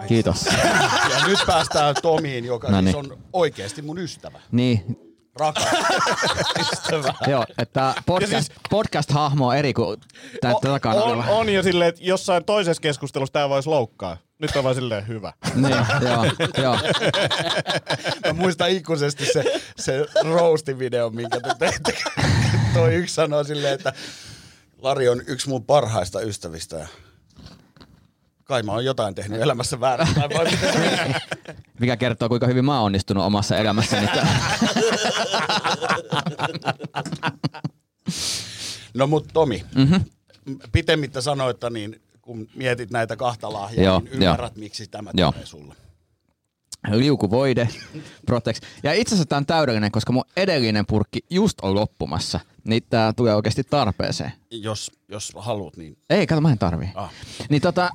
S6: Kiitos.
S2: Ja nyt päästään Tomiin, joka
S6: No
S2: no
S6: niin.
S2: niin. siis on oikeasti mun ystävä.
S6: Niin,
S2: Rakas ystävä.
S6: Joo, että podcast,
S5: Ja
S6: siis, podcast-hahmo on eri kuin tää takana
S5: on,
S6: oleva.
S5: on ja silleen, että jossain toisessa keskustelussa tämä voisi loukkaa. Nyt on vaan silleen hyvä.
S6: Niin, joo, joo.
S2: Mä muistan ikuisesti se, se roastivideo, minkä te teitte. Toi yksi sanoi silleen, että Lari on yksi mun parhaista ystävistä. ja Kai mä oon jotain tehnyt elämässä väärin. Tai vai miten se meni?
S6: Mikä kertoo, kuinka hyvin mä oon onnistunut omassa elämässäni.
S2: no mut Tomi, mm-hmm. pitemmittä sanoitta, niin kun mietit näitä kahta lahjaa,
S6: Joo,
S2: joo, niin ymmärrät, joo. miksi tämä
S6: Joo.
S2: joo. tulee sulle.
S6: Liukuvoide, Protex. Ja itse asiassa tää on täydellinen, koska mun edellinen purkki just on loppumassa. Niin tää tulee oikeasti tarpeeseen.
S2: Jos, jos haluat, niin
S6: Ei, kato, mä en tarvii.
S2: Ah.
S6: Niin tota,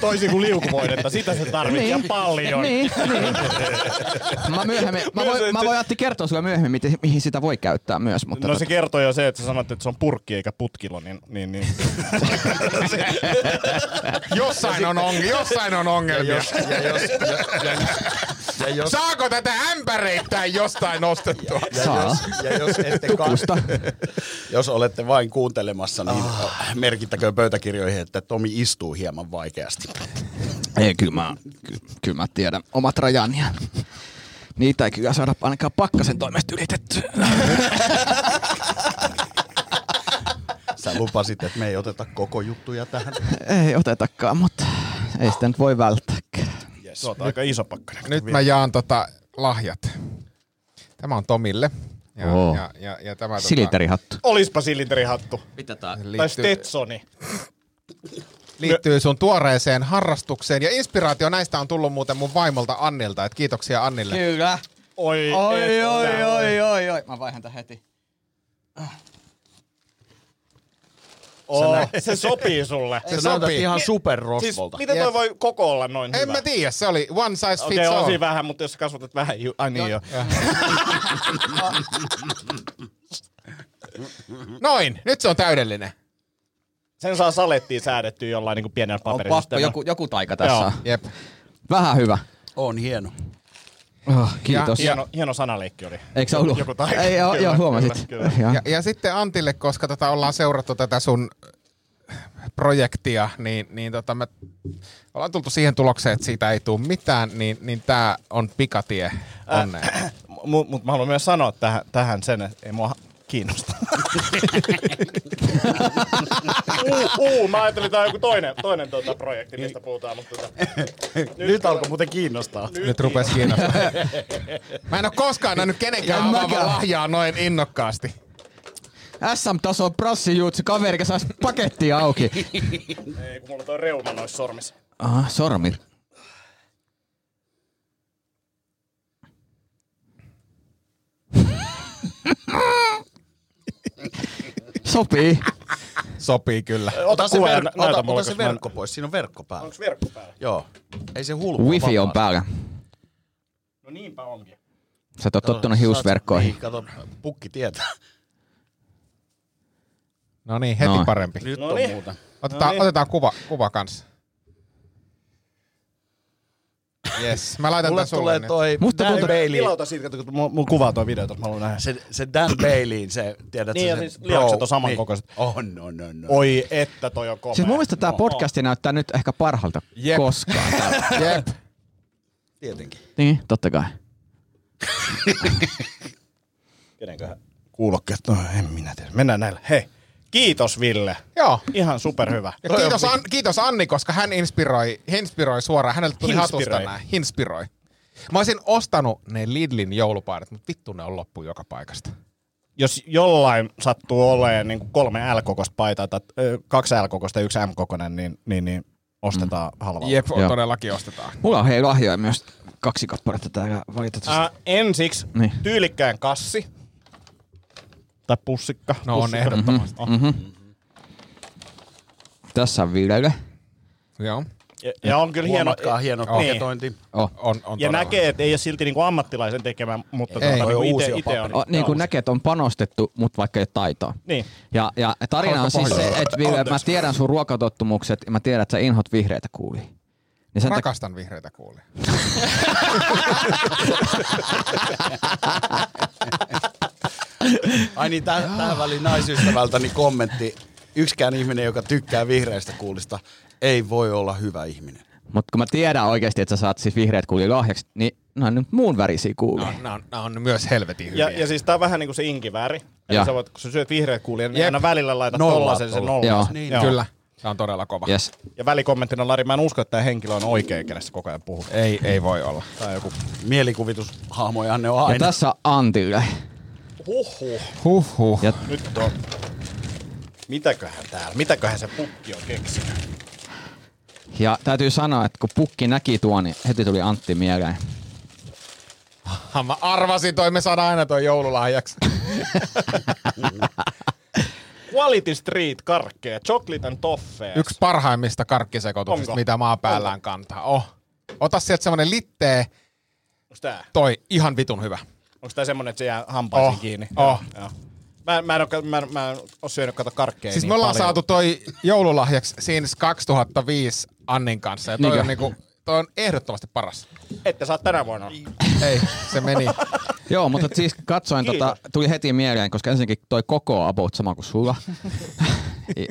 S5: Toisin kuin liukuvoidetta, sitä se tarvitsee ja paljon.
S6: Niin, niin. Mä, myöhemmin, mä, voin, mä voin Antti kertoa sulle myöhemmin, miten, mihin sitä voi käyttää myös. Mutta tota,
S5: No se kertoo jo se, että sä sanot, että se on purkki eikä putkilo, niin, niin, niin.
S4: Jossain on, ongi, jossain on ongelmia.
S2: Ja jos, ja, ja, ja, jos,
S4: Saako tätä ämpäreittäin jostain ostettua?
S6: saa.
S2: ja jos, ette
S6: Tukusta.
S2: (laughs) jos olette vain kuuntelemassa, niin oh. merkittäköön pöytäkirjoihin, että Tomi istuu hieman vaikeasti.
S6: Ei, kyllä mä, ky, kyllä mä tiedän omat rajani. ja Niitä ei kyllä saada ainakaan pakkasen toimesta ylitetty.
S2: Sä lupasit, että me ei oteta koko juttuja tähän.
S6: Ei otetakaan, mutta ei sitä nyt voi välttääkään.
S5: Yes.
S2: Tuota,
S5: Tuo on aika iso pakkanen.
S4: Nyt mä jaan tota lahjat. Tämä on Tomille. Ja,
S6: Oo.
S4: ja, ja, ja tämä tota,
S6: Siliterihattu.
S5: Olispa silinterihattu.
S6: Mitä tää?
S5: Tai
S4: liittyy,
S5: Stetsoni.
S4: liittyy sun tuoreeseen harrastukseen. Ja inspiraatio näistä on tullut muuten mun vaimolta Annilta. Et kiitoksia Annille.
S6: Kyllä.
S5: Oi,
S6: Oi,
S5: että.
S6: oi, oi, oi, oi. Mä vaihan tän heti.
S5: Oh, se sopii sulle.
S4: Se
S2: Näytät
S4: sopii.
S2: ihan
S5: Siis,
S2: superrosvolta.
S5: miten toi
S4: Jep.
S5: voi koko olla noin
S4: En
S5: hyvä?
S4: mä tiedä, se No. oli one size fits
S5: Okei, okay, on
S4: all.
S5: siinä vähän, mutta jos sä kasvatat vähän, ju- ai niin joo.
S4: Noin, nyt se on täydellinen.
S5: Sen saa salettiin säädettyä jollain niin pienellä
S6: On
S5: paperilla.
S6: pakko, joku, joku taika tässä
S5: Joo.
S6: on.
S4: Jep.
S6: Vähän hyvä.
S2: on hieno.
S6: Oh, kiitos.
S5: Hieno, hieno sanaleikki oli.
S6: Eikö se ollut?
S5: Joku taika.
S6: Ei, joo,
S5: Kyllä,
S6: joo, huomasit.
S5: kyllä, kyllä.
S6: Joo.
S4: Ja, ja sitten Antille, koska tätä ollaan seurattu tätä sun äh, projektia, niin, niin tota me ollaan tultu siihen tulokseen, että siitä ei tule mitään, niin, niin tämä on pikatie onneen.
S5: Mutta mut mä haluan myös sanoa tähän, tähän sen, että ei mua ha- kiinnosta. uu, (laughs) uu, mä ajattelin, että tämä on joku toinen, toinen tuota projekti, mistä puhutaan. Mutta tota.
S2: Nyt, Nyt alkoi muuten kiinnostaa.
S4: Nyt rupes kiinnostaa. Mä en ole koskaan nähnyt kenenkään
S6: En
S4: avaavan
S6: mäkään.
S4: lahjaa noin innokkaasti.
S6: SM-tason prassijuutsi, kaveri, joka saisi pakettia (laughs) auki.
S5: Ei, kun mulla on toi reuma noissa sormissa.
S6: Aha, sormi. (laughs) Sopii.
S4: Sopii kyllä.
S2: Ota se,
S5: kuva ja
S2: ver-
S5: nä- näytä
S2: ota,
S5: mulle,
S2: ota se
S5: koska mä-
S2: verkko pois, siinä on verkko päällä.
S5: Onks verkko päällä?
S2: Joo. Ei se hulpua.
S6: Wifi on päällä.
S5: No niinpä onkin.
S6: Sä et oo tottunut hiusverkkoihin.
S2: Niin, kato, pukki tietää.
S4: No niin, heti
S6: Noin.
S4: parempi.
S2: Nyt
S5: No
S2: on
S5: niin.
S2: muuta.
S4: Otetaan, otetaan kuva, kuva kanssa. Yes. Mä laitan
S2: Mulle
S4: tän sulle.
S2: tulee
S4: nyt.
S2: toi
S6: Musta
S2: Dan
S6: tuntuu-
S2: Bailey.
S5: Tilauta siitä, kato, kun mun, mun kuvaa toi video, että mä haluan nähdä.
S2: Se, se Dan Baileyin, se, tiedät
S5: Niin, ja
S2: se,
S5: siis liakset on samankokoiset.
S2: On, on, on, on.
S5: Oi, että toi on komea.
S6: Siis mun mielestä tää
S5: No.
S6: podcasti näyttää nyt ehkä parhalta
S4: Jep.
S6: koskaan. täällä.
S4: (laughs) Jep.
S2: Tietenkin.
S6: niin, totta kai.
S5: No, Kenenköhän kuulokkeet? No en minä tiedä. Mennään näillä. Hei, kiitos Ville.
S4: Joo.
S5: Ihan superhyvä.
S4: Ja kiitos, An, kiitos Anni, koska hän inspiroi, inspiroi suoraan. Hänelle tuli
S5: Hinspiroi.
S4: hatusta nämä. Inspiroi. Mä olisin ostanut ne Lidlin joulupaidat, mutta vittu ne on loppu joka paikasta.
S5: jos jollain sattuu olemaan niin kuin kolme L-kokosta paitaa tai ö, kaksi L-kokosta ja yksi M-kokonen, niin, niin, niin ostetaan mm. halvalla.
S4: Jep,
S6: Joo.
S4: todellakin ostetaan.
S6: Mulla on hei lahjoja myös kaksi kappaletta täällä valitettavasti.
S5: Äh, ensiksi
S6: Niin.
S5: niin. tyylikkään kassi. Tai pussikka.
S4: No on
S5: pussikka.
S4: ehdottomasti.
S5: Mm-hmm.
S6: Tässä on Villelle.
S4: Joo.
S5: Ja, ja on kyllä hieno.
S2: Huomatkaa hieno eh,
S5: Niin.
S2: paketointi.
S6: Oh.
S4: On, on
S5: Ja
S4: todella.
S5: näkee, että ei ole silti niinku ammattilaisen tekemä, mutta
S4: Ei,
S5: tuota,
S4: toi
S2: on
S5: niinku ite,
S2: uusio
S5: ite on.
S6: O, niin kuin näkee, että on panostettu, mutta vaikka ei ole taitoa.
S5: Niin.
S6: Ja, ja tarina on siis se, että Ville, mä tiedän sun ruokatottumukset ja mä tiedän, että sä inhot vihreitä kuulia. Niin sen tak-
S4: Rakastan vihreitä kuulia.
S2: Ai niin, täh, tähän väliin naisystävältäni kommentti. Yksikään ihminen, joka tykkää vihreistä kuulista, ei voi olla hyvä ihminen.
S6: mutta kun mä tiedän oikeasti, että sä saat siis vihreät kuulia lahjaksi, niin ne on nyt muun värisiä kuulia.
S5: niin,
S6: No.
S4: Nämä on, nämä on myös helvetin hyviä.
S5: Ja, ja siis tää on vähän niin kuin se inkiväri.
S6: Ja.
S5: Eli sä voit, kun sä syöt vihreät kuulia, niin
S4: Jep.
S5: aina välillä laitat
S2: Nollaat
S5: tollasen sen
S2: tuolla.
S5: nollan.
S6: Joo.
S2: Niin.
S5: Joo.
S4: Kyllä. Se on todella kova.
S6: Yes.
S5: Ja välikommenttina Lari, mä en usko, että tämä henkilö on oikea, kenestä koko ajan puhuu.
S4: Ei, ei voi olla.
S5: Tää joku...
S2: Mielikuvitushahmojahan ne on
S6: Ja
S2: aina.
S6: tässä on Antille.
S5: Huhhuh.
S4: Huhhuh.
S6: Ja
S5: Nyt on... Mitäköhän täällä? Mitäköhän se pukki on keksinyt?
S6: Ja täytyy sanoa, että kun Pukki näki tuon, niin heti tuli Antti mieleen.
S4: Mä arvasin toi, me saadaan aina toi joululahjaksi.
S5: Quality Street karkkeja, chocolate and toffee.
S4: Yksi parhaimmista karkkisekoituksista,
S5: Onko?
S4: mitä maan päällään kantaa. Oh. Ota sieltä semmonen littee,
S5: Onks tää?
S4: toi ihan vitun hyvä.
S5: Onks tää semmonen, että se jää hampaisiin
S4: Oh,
S5: kiinni?
S4: oh.
S5: Joo, joo. Mä, mä, en oo, mä, mä en oo syönyt kato karkkeja
S4: Siis
S5: niin
S4: me ollaan
S5: paljon.
S4: saatu toi joululahjaksi Sins 2005 Annin kanssa ja toi
S6: Niinkö?
S4: on, niinku, toi on ehdottomasti paras.
S5: Ette saa tänä vuonna.
S4: Ei, se meni.
S6: Joo, mutta siis katsoin,
S5: Kiitos.
S6: tota, tuli heti mieleen, koska ensinnäkin toi koko on about sama kuin sulla.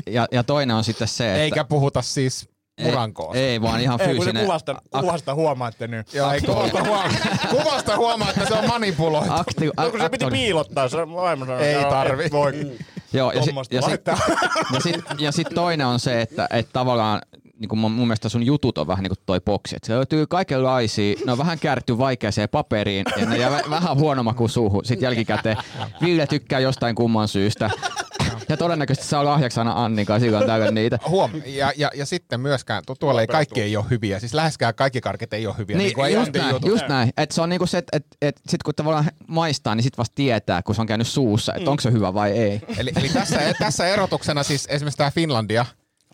S6: ja, ja toinen on sitten se, että...
S4: Eikä puhuta siis murankoon.
S6: Ei, ei vaan ihan
S5: Ei, kun se
S6: fyysinen.
S5: kuvasta, kuvasta huomaatte nyt.
S4: Joo, ei kuvasta huomaa, kuvasta huomaa, että se on manipuloitu.
S6: Akti,
S5: No kun se piti
S6: akton-
S5: piilottaa, se vaimo sanoi,
S4: Ei
S5: "Joo, et
S4: tarvi."
S5: Voi.
S6: Joo, ja, si-
S5: Tuommoista
S6: ja, sit,
S5: laittaa.
S6: (laughs) ja, sit, ja sit toinen on se, että et tavallaan niin mun, mun mielestä sun jutut on vähän niin kuin toi boksi. Et se löytyy kaikenlaisia, ne on vähän kärty vaikeaseen paperiin ja ne jää vä- vähän huonomma kuin suuhun. Sitten jälkikäteen Ville tykkää jostain kumman syystä. Ja todennäköisesti saa lahjaksi aina Annikaan silloin täydellä niitä.
S4: Huom. Ja, ja, ja sitten myöskään, tu- tuolla ei kaikki ei ole hyviä. Siis läheskään kaikki karkit ei ole hyviä. Niin, kuin ei
S6: just,
S4: Antin
S6: näin,
S4: jutut.
S6: just näin. Et se on niinku se, että et, et sit kun tavallaan maistaa, niin sit vasta tietää, kun se on käynyt suussa,
S4: Mm.
S6: että onko se hyvä vai ei.
S4: Eli, eli tässä, e- tässä erotuksena siis esimerkiksi tämä Finlandia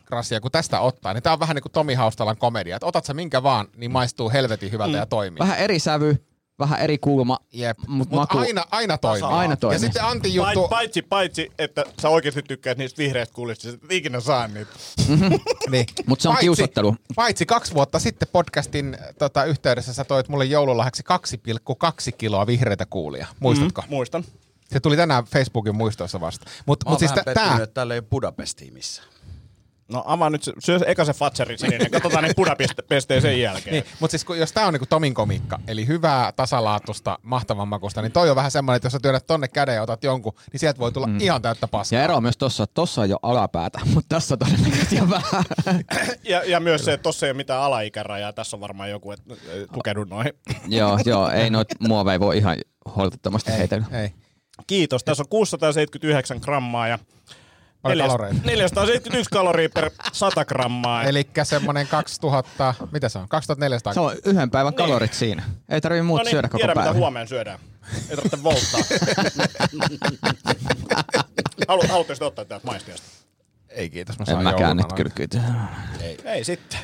S4: rassia, kun tästä ottaa, niin tämä on vähän niin kuin Tomi Haustalan komedia. Että otat sä minkä vaan, niin maistuu helvetin hyvältä
S6: Mm.
S4: ja toimii.
S6: Vähän eri sävy, vähän eri kulma,
S4: Jep.
S6: mut
S4: Mut
S6: maku-
S4: aina, aina toimii.
S6: Aina
S4: Ja
S6: toimii.
S4: sitten Antin
S5: Paitsi,
S4: juttu,
S5: paitsi, paitsi, että sä oikeesti tykkäät niistä vihreistä kulista, sä et ikinä saa niitä.
S4: niin,
S6: Mut se on kiusottelu.
S4: Paitsi kaksi vuotta sitten podcastin tota, yhteydessä sä toit mulle joululahjaksi 2,2 kiloa vihreitä kuulia. Muistatko? Mm.
S5: Muistan.
S4: Se tuli tänään Facebookin muistoissa vasta. Mutta
S2: Mm-hmm. Mä oon
S4: mut siis
S2: vähän
S4: tä-
S2: pettynyt,
S4: tää,
S2: että täällä ei ole Budapestia missään.
S5: No avaa nyt, se- syö se- eka se Fatserin sininen, katsotaan ne pudapesteen sen jälkeen.
S4: Niin, mutta siis kun, jos tämä on niinku Tomin komiikka, eli hyvää, tasalaatusta, mahtavan makusta, niin toi on vähän semmoinen, että jos sä työnnät tonne käden ja otat jonkun, niin sieltä voi tulla mm. ihan täyttä paskaa.
S6: Ja ero on myös tossa, että tossa on jo alapäätä, (laughs) mutta tässä on todennäköisesti jo vähän.
S5: Ja, ja myös se, että tossa ei ole mitään alaikärajaa, tässä on varmaan joku, että äh, tukeudu noihin.
S6: (laughs) joo, joo, ei noit muoveja voi ihan holtittomasti heitellä.
S4: Ei.
S5: Kiitos, tässä on 679 grammaa ja
S4: Paljon
S5: neljäs-
S4: kaloreita.
S5: 471 kaloria per 100 grammaa.
S4: Eli semmoinen 2000, mitä se on, 2400.
S6: Se on yhden päivän kalorit siinä. Ei tarvii muuta
S5: Noniin,
S6: syödä koko
S5: tiedän,
S6: päivän.
S5: No niin, mitä huomenna syödään. Ei tarvitse volttaa. Halu, haluatteko te ottaa täältä maistiasta?
S4: Ei kiitos, mä
S6: En
S4: saan
S6: mäkään nyt
S4: jouluna.
S6: kyllä kyllä.
S5: Ei. Ei sitten.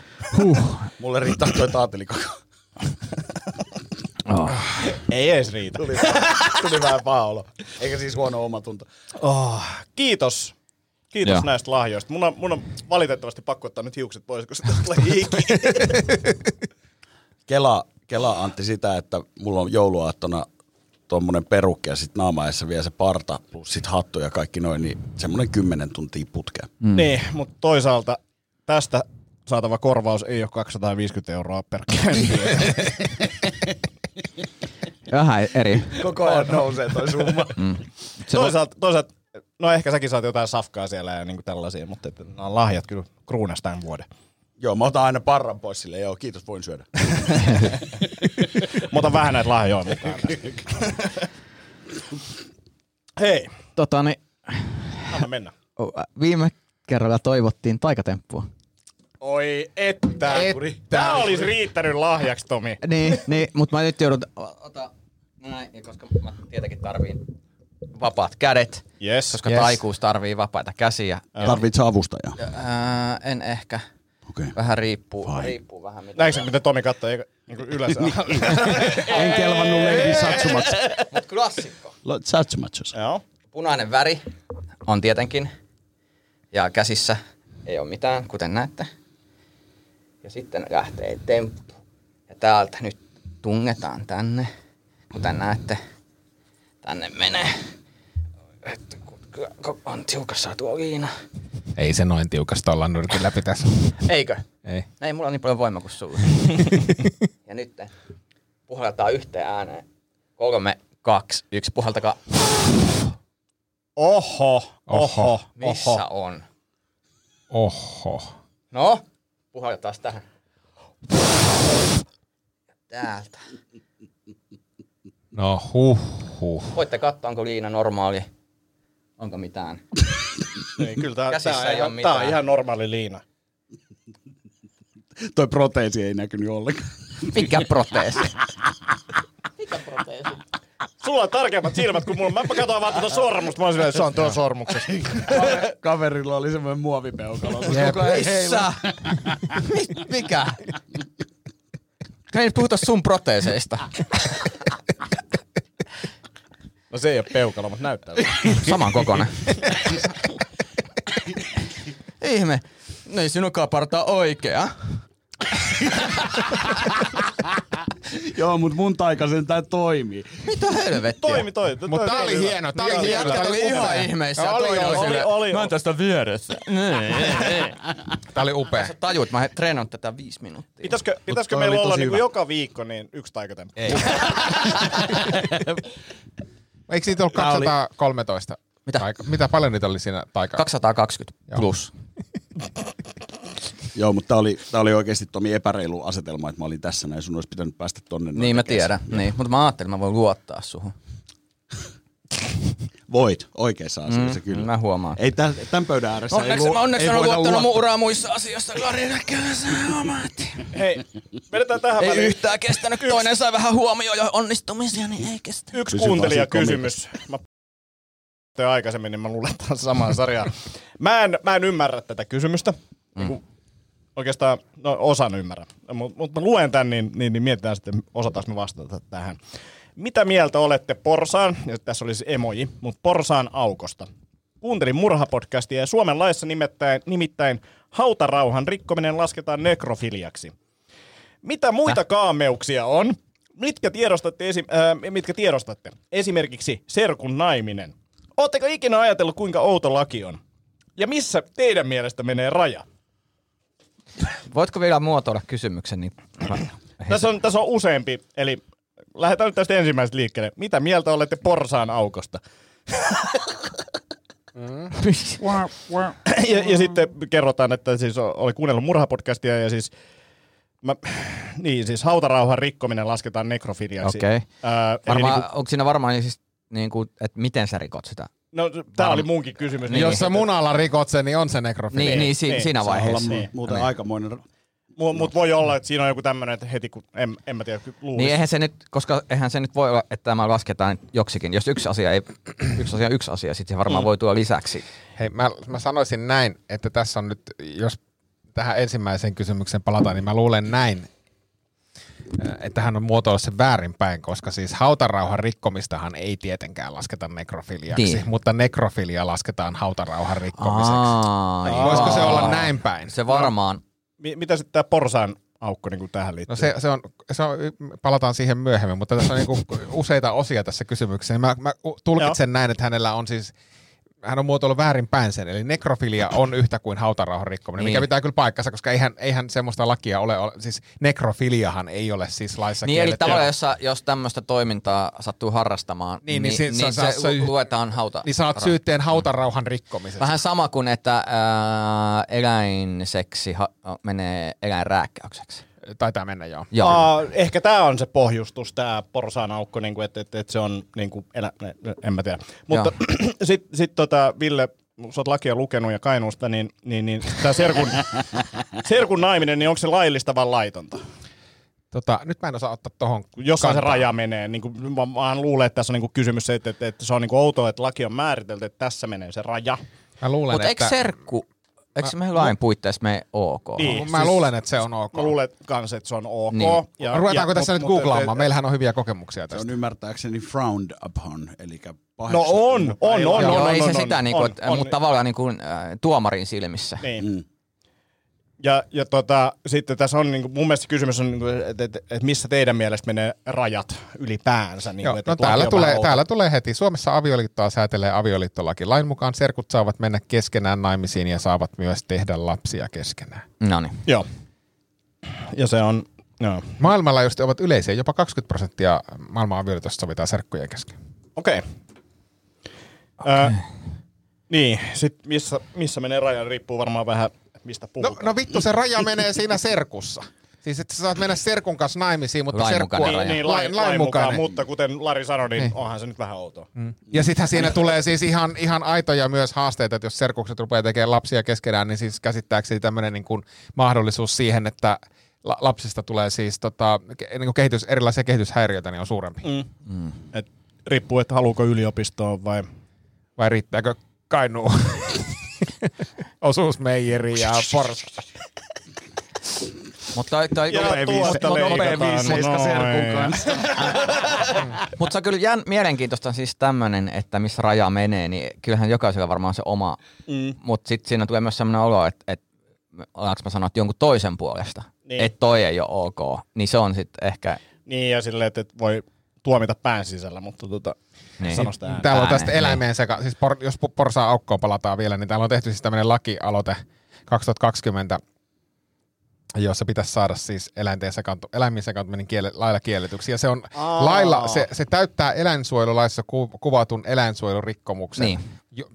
S2: Mulle riittää toi taatelikoko.
S6: Oh.
S5: Ei edes riitä.
S2: Tuli, vähän- tuli vähän paha olo. Eikä siis huono omatunto.
S5: Kiitos. Kiitos
S6: Joo.
S5: näistä lahjoista. Mun on, mun on valitettavasti pakko ottaa nyt hiukset pois, kun se tästä tulee hiki.
S2: Kela, Kela Antti sitä, että mulla on jouluaattona tuommoinen perukki ja sit naamaessa vielä se parta plus sit hattu ja kaikki noin, niin semmoinen kymmenen tuntia putkea.
S5: Mm. Niin, mutta toisaalta tästä saatava korvaus ei ole 250 euroa per käynti.
S6: Vähän eri.
S2: Koko ajan nousee toi summa.
S6: Se voi,
S5: toisaalta, toisaalta, no ehkä säkin saat jotain safkaa siellä ja niinku tällaisia, mutta että nämä on lahjat kyllä kruunas tämän vuoden.
S2: joo, mä otan aina parran pois sille, joo, kiitos, voin syödä.
S5: Mä otan vähän näitä lahjoja mukaan. tästä. Hei,
S6: tota, niin,
S5: anna mennä.
S6: viime kerralla toivottiin taikatemppua.
S5: Oi että. Tämä olisi riittänyt lahjaksi, Tomi.
S6: Niin, niin mutta mä nyt joudun o- ota näin, ja koska mä tietenkin tarviin vapaat kädet,
S5: Yes.
S6: koska yes. taikuus tarvii vapaita käsiä.
S2: Tarvitsee avustajaa.
S6: Ää, en ehkä.
S2: Okei.
S6: Vähän riippuu, riippuu vähän mitä.
S5: Näinkö sä, miten Tomi katsoi eikä niinku ylös?
S6: En kelvannut lenkin satsumatsa. Mut klassikko.
S2: Satsumatsus.
S5: Joo.
S6: Punainen väri on tietenkin. Ja käsissä ei ole mitään, kuten näette. Ja sitten lähtee temppu. Ja täältä nyt tungetaan tänne. Kuten näette, tänne menee. Että kun- kun on tiukassa tuo liina.
S4: Ei se noin tiukasta olla nyrkin läpi tässä.
S6: Eikö?
S4: Ei.
S6: Ei mulla on niin paljon voimaa kuin sulla. (laughs) ja nyt puhalletaan yhteen ääneen. Kolme, kaksi, yksi. Puhaltakaa.
S5: Oho, oho,
S6: Missä
S5: oho.
S6: on?
S4: Oho.
S6: No, puhalta taas tähän. Ja Täältä.
S4: No huh huh.
S6: Voitte katsoa, onko liina normaali. Onko mitään.
S5: Ei, kyllä tää,
S6: Käsissä
S5: tää,
S6: ei
S5: ei on tää
S6: oo
S5: on
S6: mitään.
S5: ihan normaali liina.
S2: Toi proteesi ei näkynyt ollenkaan.
S6: Mikä proteesi? Mikä proteesi?
S5: Sulla on tarkemmat silmät kuin mulla. Mä katsoin vaan tuota sormusta. Mä olin silleen, että se on tuo sormuksessa.
S2: Kaverilla oli semmoinen muovipeukalo.
S4: Jep.
S6: Missä? Mi- Mikä? Ei nyt puhuta sun proteeseista.
S5: No se ei ole peukalo, mutta näyttää.
S6: Saman kokonen. Ihme. No ei sinunkaan partaa oikea.
S2: Joo, mutta mun taikasen tää toimii.
S6: Mitä helvettiä?
S5: Toimi toi. toi-
S4: Mutta
S5: toi-
S4: tää oli
S5: toi-
S4: hieno, tää oli hieno.
S6: Jätkät
S4: Tää
S6: oli
S4: oli
S6: ihan
S4: upea.
S6: ihmeissä.
S4: Oli,
S6: toinen
S4: oli,
S6: sillä-
S5: oli, oli.
S6: Mä oon tästä vieressä. Niin, ei, ei.
S4: Tää oli upea.
S6: Sä tajut, mä treenaan tätä viisi minuuttia.
S5: Pitäisikö, pitäisikö
S2: toi
S5: meillä
S2: oli
S5: olla
S2: tosi
S5: niinku
S2: hyvä.
S5: joka viikko niin yksi taikatemppu?
S6: Ei.
S4: Eikö siitä ollut 213?
S6: Mitä?
S4: Taika- mitä paljon niitä oli siinä taikaa?
S6: 220 plus.
S2: Joo, mutta tää oli, tää oli oikeasti Tomi epäreilu asetelma, että mä olin tässä näin. Sun olisi pitänyt päästä tonne. noin
S6: Niin mä
S2: tekemään.
S6: tiedän, niin. mutta mä ajattelin, mä voin luottaa suhun.
S2: Voit, oikeassa asiassa mm, kyllä.
S6: Mä huomaan.
S2: Ei tämän, tämän pöydän ääressä
S7: No,
S6: Onneksi,
S2: ei,
S6: mä onneksi
S2: ei
S6: on
S2: voida
S6: luottanut mun
S2: luottaa.
S6: uraa muissa asioissa. Kari Näkkälä, sä omat.
S5: Hei, vedetään tähän
S6: Ei
S5: väliin
S6: yhtään kestänyt, toinen sai vähän huomioon ja onnistumisia, niin ei kestä.
S5: yksi
S2: Pysy
S5: kuuntelijakysymys. Mä tein aikaisemmin, niin mä luulen, että on samaan sarjaan. Mä en, mä en ymmärrä tätä kysymystä. Mm. Oikeastaan no, osan ymmärrä. Mutta mut mä luen tämän, niin, niin, niin mietitään sitten, osataanko me vastata tähän. Mitä mieltä olette porsaan, ja tässä oli siis emoji, mutta porsaan aukosta? Kuuntelin murhapodcastia ja Suomen laissa nimittäin, nimittäin hautarauhan rikkominen lasketaan nekrofiliaksi. Mitä
S6: Äh?
S5: muita kaameuksia on? Mitkä tiedostatte, esi- äh, mitkä tiedostatte? Esimerkiksi serkun naiminen. Oletteko ikinä ajatellut, kuinka outo laki on? Ja missä teidän mielestä menee raja?
S6: Voitko vielä muotoilla kysymyksen? Niin...
S5: Tässä on, tässä on useampi, eli lähdetään nyt tästä ensimmäisestä liikkeelle. Mitä mieltä olette porsaan aukosta? ja, ja sitten kerrotaan, että siis o- oli kuunnellut murhapodcastia ja siis, mä, niin, siis hautarauhan rikkominen lasketaan nekrofiliaksi.
S6: Okei.
S5: Ää, eli
S6: Varmaan,
S5: niinku-
S6: niin kuin... onko siinä varmaan siis, niin kuin, että miten sä rikot sitä?
S5: No, tämä oli munkin kysymys.
S6: Niin.
S4: Jos sä munalla rikot sen, niin on se nekrofilia.
S6: Niin, niin, si-
S5: niin,
S6: niin siinä
S5: saa
S6: vaiheessa.
S5: olla mu-
S2: Muuten
S6: Niin.
S2: aikamoinen
S5: Mu- Mut voi olla, että siinä on joku tämmöinen, että heti kun, en, en mä tiedä, luulisi.
S6: Niin eihän se nyt, koska eihän se nyt voi olla, että tämä lasketaan joksikin. Jos yksi asia, ei, (clears throat) yksi asia on yksi asia, sitten se varmaan mm. voi tulla lisäksi.
S4: Hei, mä, mä sanoisin näin, että tässä on nyt, jos tähän ensimmäiseen kysymykseen palataan, niin mä luulen näin, ö, että hän on muotoillut sen väärinpäin, koska siis hautarauhan rikkomistahan ei tietenkään lasketa nekrofiliaksi,
S6: Niin.
S4: niin. mutta nekrofilia lasketaan hautarauhan rikkomiseksi.
S6: Aa, joo.
S4: Voisiko se olla näin päin?
S6: Se varmaan.
S5: Mi- mitä sitten tämä porsaan aukko niin tähän liittyy?
S4: No se, se, on, se on, palataan siihen myöhemmin, mutta tässä on niinku (laughs) useita osia tässä kysymyksessä. Mä, mä u- tulkitsen näin, että hänellä on siis, hän on muotoillut väärinpäin sen, eli nekrofilia on yhtä kuin hautarauhan rikkominen, niin. mikä
S6: Niin.
S4: pitää kyllä paikkansa, koska eihän, eihän semmoista lakia ole, ole, siis nekrofiliahan ei ole siis laissa
S6: Niin eli
S4: kielletty.
S6: tavallaan, jos, sä- jos tämmöistä toimintaa sattuu harrastamaan,
S4: Niin,
S6: niin,
S4: niin
S6: niin,
S4: se-
S6: niin,
S4: se-
S6: niin
S4: se-
S6: se,
S4: se-
S6: lu- luetaan hauta.
S4: Niin saat syytteen hautarauhan rikkomisesta.
S6: Vähän sama kuin, että ää, eläinseksi ha- no, menee eläinrääkkäykseksi.
S4: Taitaa mennä joo.
S6: Joo.
S5: Aa, ehkä tämä on se pohjustus, tämä porsaan aukko, niin kuin, että, että, että se on, niin kuin, elä, en mä tiedä. Mutta sitten (clears throat) sit, tota, Ville, sä oot lakia lukenut ja Kainuusta, niin, niin, niin
S4: (laughs)
S5: tämä serkun, serkun naiminen, niin onko se laillista vai laitonta?
S4: Tota, nyt mä en osaa ottaa tohon
S5: Jossain se
S4: kantaa.
S5: raja menee. Niin kuin, mä, mä luulen, että tässä on niin kuin kysymys se, että, että, että se on niin kuin outoa, että laki on määritelty, että tässä menee se raja.
S4: Mä luulen,
S6: Mutta eikö
S4: että,
S6: serkku, eikö se meidän lain puitteissa mene ok?
S5: Niin.
S4: mä
S5: siis-
S4: luulen, että se on ok.
S5: Mä luulen kans, että se on ok.
S6: Niin.
S5: Ja,
S4: Ruvetaanko
S5: ja-
S4: tässä
S5: mut-
S4: nyt
S5: mut-
S4: googlaamaan?
S5: et-
S4: Meillähän on hyviä kokemuksia
S2: se
S4: tästä.
S2: on ymmärtääkseni frowned upon, eli
S5: No on, on, on,
S6: Joo,
S5: on, on,
S6: ei se
S5: on,
S6: sitä,
S5: on,
S6: niinku,
S5: on,
S6: et,
S5: on.
S6: mutta tavallaan niinku, äh, tuomarin silmissä.
S5: Niin. Ja, ja tota, sitten tässä on, niin kuin, mun mielestä kysymys on, niin että et, et missä teidän mielestä menee rajat ylipäänsä. Niin
S4: Joo,
S5: kuin, että
S4: no
S5: laki
S4: täällä
S5: on
S4: tulee,
S5: vähän outo.
S4: täällä tulee heti. Suomessa avioliittoa säätelee avioliittolaki. Lain mukaan serkut saavat mennä keskenään naimisiin ja saavat myös tehdä lapsia keskenään.
S6: No niin.
S5: Joo. Ja se on, joo.
S4: Maailmalla just ovat yleisiä. Jopa 20 prosenttia maailman avioliitosta sovitaan serkkujen kesken.
S5: Okei. Okay. Okay. Äh, niin, sit missä, missä menee raja, riippuu varmaan vähän, mistä
S4: No,
S5: puhutaan.
S4: no vittu, se raja menee siinä serkussa. Siis että sä saat mennä serkun kanssa naimisiin, mutta
S6: Lain
S4: serkku
S6: mukainen
S4: on
S6: raja.
S5: niin, lain, lain mukaan, mutta kuten Lari sanoi, niin onhan se nyt vähän outoa.
S4: Ja sittenhän siinä tulee siis ihan, ihan aitoja myös haasteita, että jos serkukset rupeaa tekemään lapsia keskenään, niin siis käsittääkseni tämmöinen niin kuin mahdollisuus siihen, että la- lapsista tulee siis tota, ke- niin kuin kehitys, erilaisia kehityshäiriöitä, niin on suurempi. Mm.
S5: Et riippuu, että haluuko yliopistoon vai...
S4: Vai riittääkö Kainuu? Osuusmeijeri ja Forsa.
S6: Mutta tai, tai
S5: Ja tuosta leikataan. No, Noin.
S6: Mutta se on kyllä jään, mielenkiintoista siis tämmöinen, että missä raja menee, niin kyllähän jokaisella varmaan on se oma. Mm. Mutta sitten siinä tulee myös sellainen olo, että et, ollaanko mä sanoa, että jonkun toisen puolesta,
S5: Niin.
S6: niin. että toi ei ole ok. Niin se on sitten ehkä...
S5: Niin, ja silleen, että et voi tuomita pään sisällä, mutta tota,
S6: Niin.
S5: sano sitä ääneen.
S4: Täällä on tästä
S6: Ääneen,
S4: eläimeen seka, siis por, jos po- porsaa aukkoon palataan vielä, niin täällä on tehty siis tämmöinen lakialoite 2020, jossa pitäisi saada siis eläinten sekaantu, eläimiin sekaantuminen kiele, lailla kielletyksi. Ja se, on,
S5: Aa.
S4: lailla, se, se täyttää eläinsuojelulaissa ku, kuvatun eläinsuojelurikkomuksen.
S6: Niin.
S4: Jo,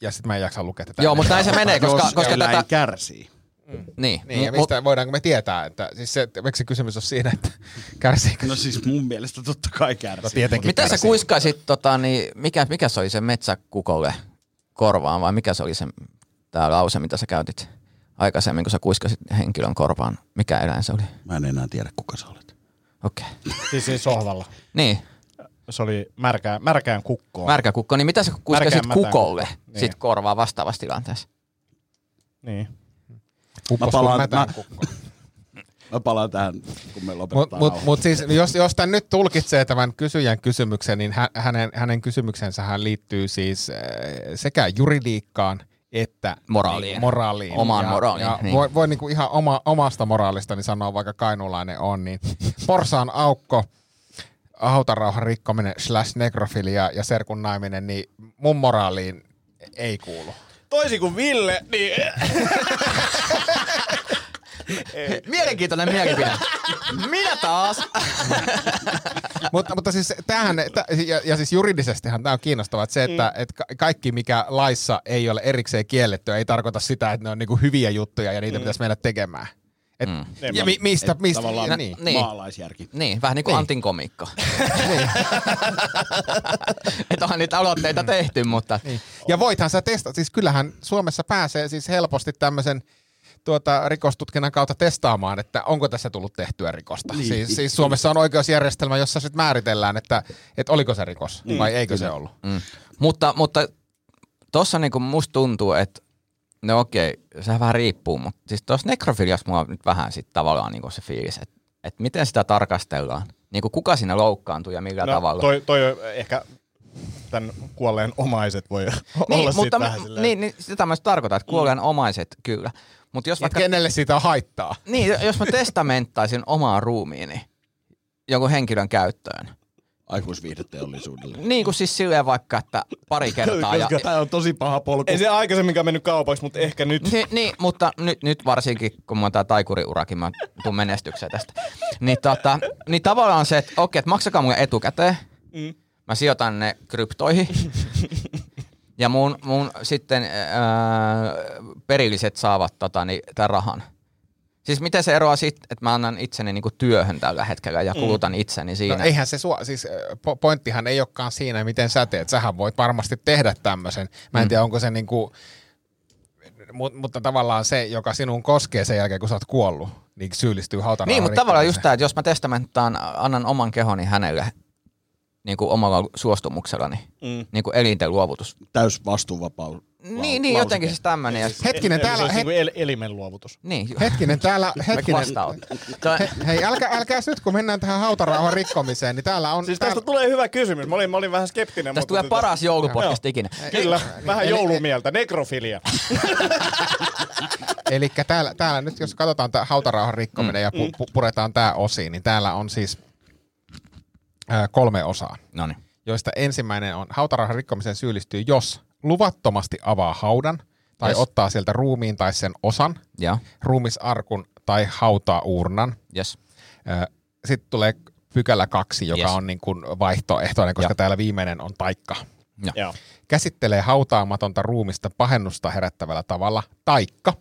S4: ja sitten mä en jaksa lukea tätä.
S6: Joo, mutta näin se menee, koska,
S7: Jos
S6: koska
S7: eläin
S6: tätä...
S7: kärsii.
S6: Niin,
S4: Niin, ja
S6: mut-
S4: mistä voidaanko me tietää, että siis se, eikö se kysymys ole siinä, että kärsiikö?
S7: No siis mun mielestä totta kai kärsii.
S4: No tietenkin
S6: Mitä sä
S4: kärsii.
S6: kuiskaisit, tota, niin mikä, mikä se oli se metsäkukolle korvaan vai mikä se oli se tää lause, mitä sä käytit aikaisemmin, kun sä kuiskasit henkilön korvaan? Mikä eläin se oli?
S7: Mä en enää tiedä, kuka sä olet.
S6: Okei. Okay.
S5: Siis siinä sohvalla.
S6: Niin,
S5: Se oli märkään, märkään kukkoon.
S6: märkä kukko. Niin mitä sä kuiskasit
S5: Märkään mätään
S6: kukolle
S5: kukko. Niin.
S6: sit korvaa vastaavassa tilanteessa?
S5: niin.
S4: Uppos
S7: Mä
S4: kuin
S7: palaan,
S4: mätään
S7: mä,
S4: kukko.
S7: mä palaan tähän, kun me
S4: Mut,
S7: lopetetaan
S4: mut, mut siis, jos, jos tämän nyt tulkitsee tämän kysyjän kysymyksen, niin hä, hänen, hänen kysymyksensähän liittyy siis äh, sekä juridiikkaan että
S6: Moraaliin.
S4: niinku moraaliin.
S6: Omaan
S4: ja,
S6: moraaliin,
S4: Ja
S6: niin.
S4: Voi, voi niinku ihan oma, omasta moraalista niin sanoa, vaikka kainulainen on, niin porsaan aukko, hautarauhan rikkominen slash nekrofilia ja serkun naiminen, niin mun moraaliin ei kuulu.
S5: Toisin kuin Ville, niin
S6: Mielenkiintoinen mielipide. (laughs) Minä taas.
S4: mutta, mutta siis tämähän, tä, ja, ja siis juridisestihan tämä on kiinnostavaa, että se, että et ka- kaikki mikä laissa ei ole erikseen kielletty, ei tarkoita sitä, että ne on niinku hyviä juttuja ja niitä mm. pitäisi mennä tekemään. Et, mm. Ja mi, mistä, mistä,
S7: tavallaan-
S4: ja niin.
S6: Niin.
S7: maalaisjärki.
S6: Niin, vähän niin kuin
S4: Niin.
S6: Antin (laughs) komiikka. Että onhan niitä aloitteita tehty, mutta... Niin.
S4: Ja voithan sä testata, siis kyllähän Suomessa pääsee siis helposti tämmöisen tuota, rikostutkinnan kautta testaamaan, että onko tässä tullut tehtyä rikosta. Niin. Siis, siis Suomessa on oikeusjärjestelmä, jossa sitten määritellään, että, että oliko se rikos niin, vai eikö kyllä. se ollut.
S6: Mm. Mutta, mutta tuossa niinku musta tuntuu, että no okei, sehän vähän riippuu, mutta siis tuossa nekrofiliassa mulla on nyt vähän sit tavallaan niinku se fiilis, että et miten sitä tarkastellaan. Niinku kuka siinä loukkaantuu ja millä no, tavalla.
S5: Toi, toi on ehkä tämän kuolleen omaiset voi (laughs) niin, olla mutta, siitä vähän silleen. Mm.
S6: niin, niin, sitä mä just tarkoitan, että kuolleen omaiset kyllä. Mutta jos
S4: Vaikka...
S6: vaikka,
S4: Kenelle siitä on haittaa?
S6: niin, jos mä testamenttaisin omaa ruumiini jonkun henkilön käyttöön.
S7: Aikuisviihdeteollisuudelle.
S6: Niin kuin siis silleen vaikka, että
S5: (laughs)
S6: pari kertaa. ja,
S7: Tämä on tosi paha polku.
S5: Ei se aikaisemminkaan mennyt kaupaksi, mutta ehkä nyt.
S6: Niin, niin mutta nyt, nyt varsinkin, kun mä tää taikuriurakin, mä tuun menestykseen tästä. Niin, tota, niin tavallaan se, että okei, että maksakaa mulle etukäteen.
S5: Mm.
S6: Mä sijoitan ne kryptoihin. ja mun, mun sitten ää, perilliset saavat tota, niin, tämän rahan. Siis miten se eroaa siitä, että mä annan itseni niinku työhön tällä hetkellä ja kulutan itseni siinä?
S4: No eihän se sua, siis äh, po- pointtihan ei olekaan siinä, miten sä teet. Sähän voit varmasti tehdä tämmöisen. Mä en mm. tiedä, onko se niinku, mut, mutta tavallaan se, joka sinun koskee sen jälkeen, kun sä oot kuollut, niin syyllistyy hautaan.
S6: Niin, mutta tavallaan just tämä, että jos mä testamenttaan, annan oman kehoni hänelle niin kuin omalla suostumuksellani, mm. niin kuin elinten luovutus.
S7: Täys vastuuvapaus.
S6: niin, niin jotenkin siis tämmöinen. Ja,
S4: Hetkinen,
S5: Eli se
S4: täällä,
S5: olisi
S4: het,
S5: niinku el- elimen luovutus.
S6: niin,
S4: hetkinen, täällä, hetkinen.
S6: vastaanotto. Toi-
S4: He, hei, älkää, älkää nyt, kun mennään tähän hautarauhan rikkomiseen, niin täällä on...
S5: Siis
S4: täällä-
S5: tästä tulee hyvä kysymys. Mä olin, mä olin vähän skeptinen.
S6: Tästä
S5: mutta
S6: tulee
S5: tota-
S6: paras joulupodcast ikinä.
S5: Kyllä, vähän joulumieltä. Nekrofilia.
S4: Eli täällä, täällä nyt, jos katsotaan tämä hautarauhan rikkominen mm. ja pu, pu, puretaan tämä osiin, niin täällä on siis ää, kolme osaa.
S6: No niin.
S4: joista ensimmäinen on hautarauhan rikkomiseen syyllistyy, jos luvattomasti avaa haudan tai
S6: Yes.
S4: yes. ottaa sieltä ruumiin tai sen osan,
S6: Joo,
S4: ruumisarkun tai hautaa uurnan.
S6: yes.
S4: Sitten tulee pykälä kaksi, joka
S6: Yes.
S4: yes. on niin kuin vaihtoehtoinen, koska
S6: Ja.
S4: ja. täällä viimeinen on taikka.
S5: Joo.
S4: Käsittelee hautaamatonta ruumista pahennusta herättävällä tavalla, taikka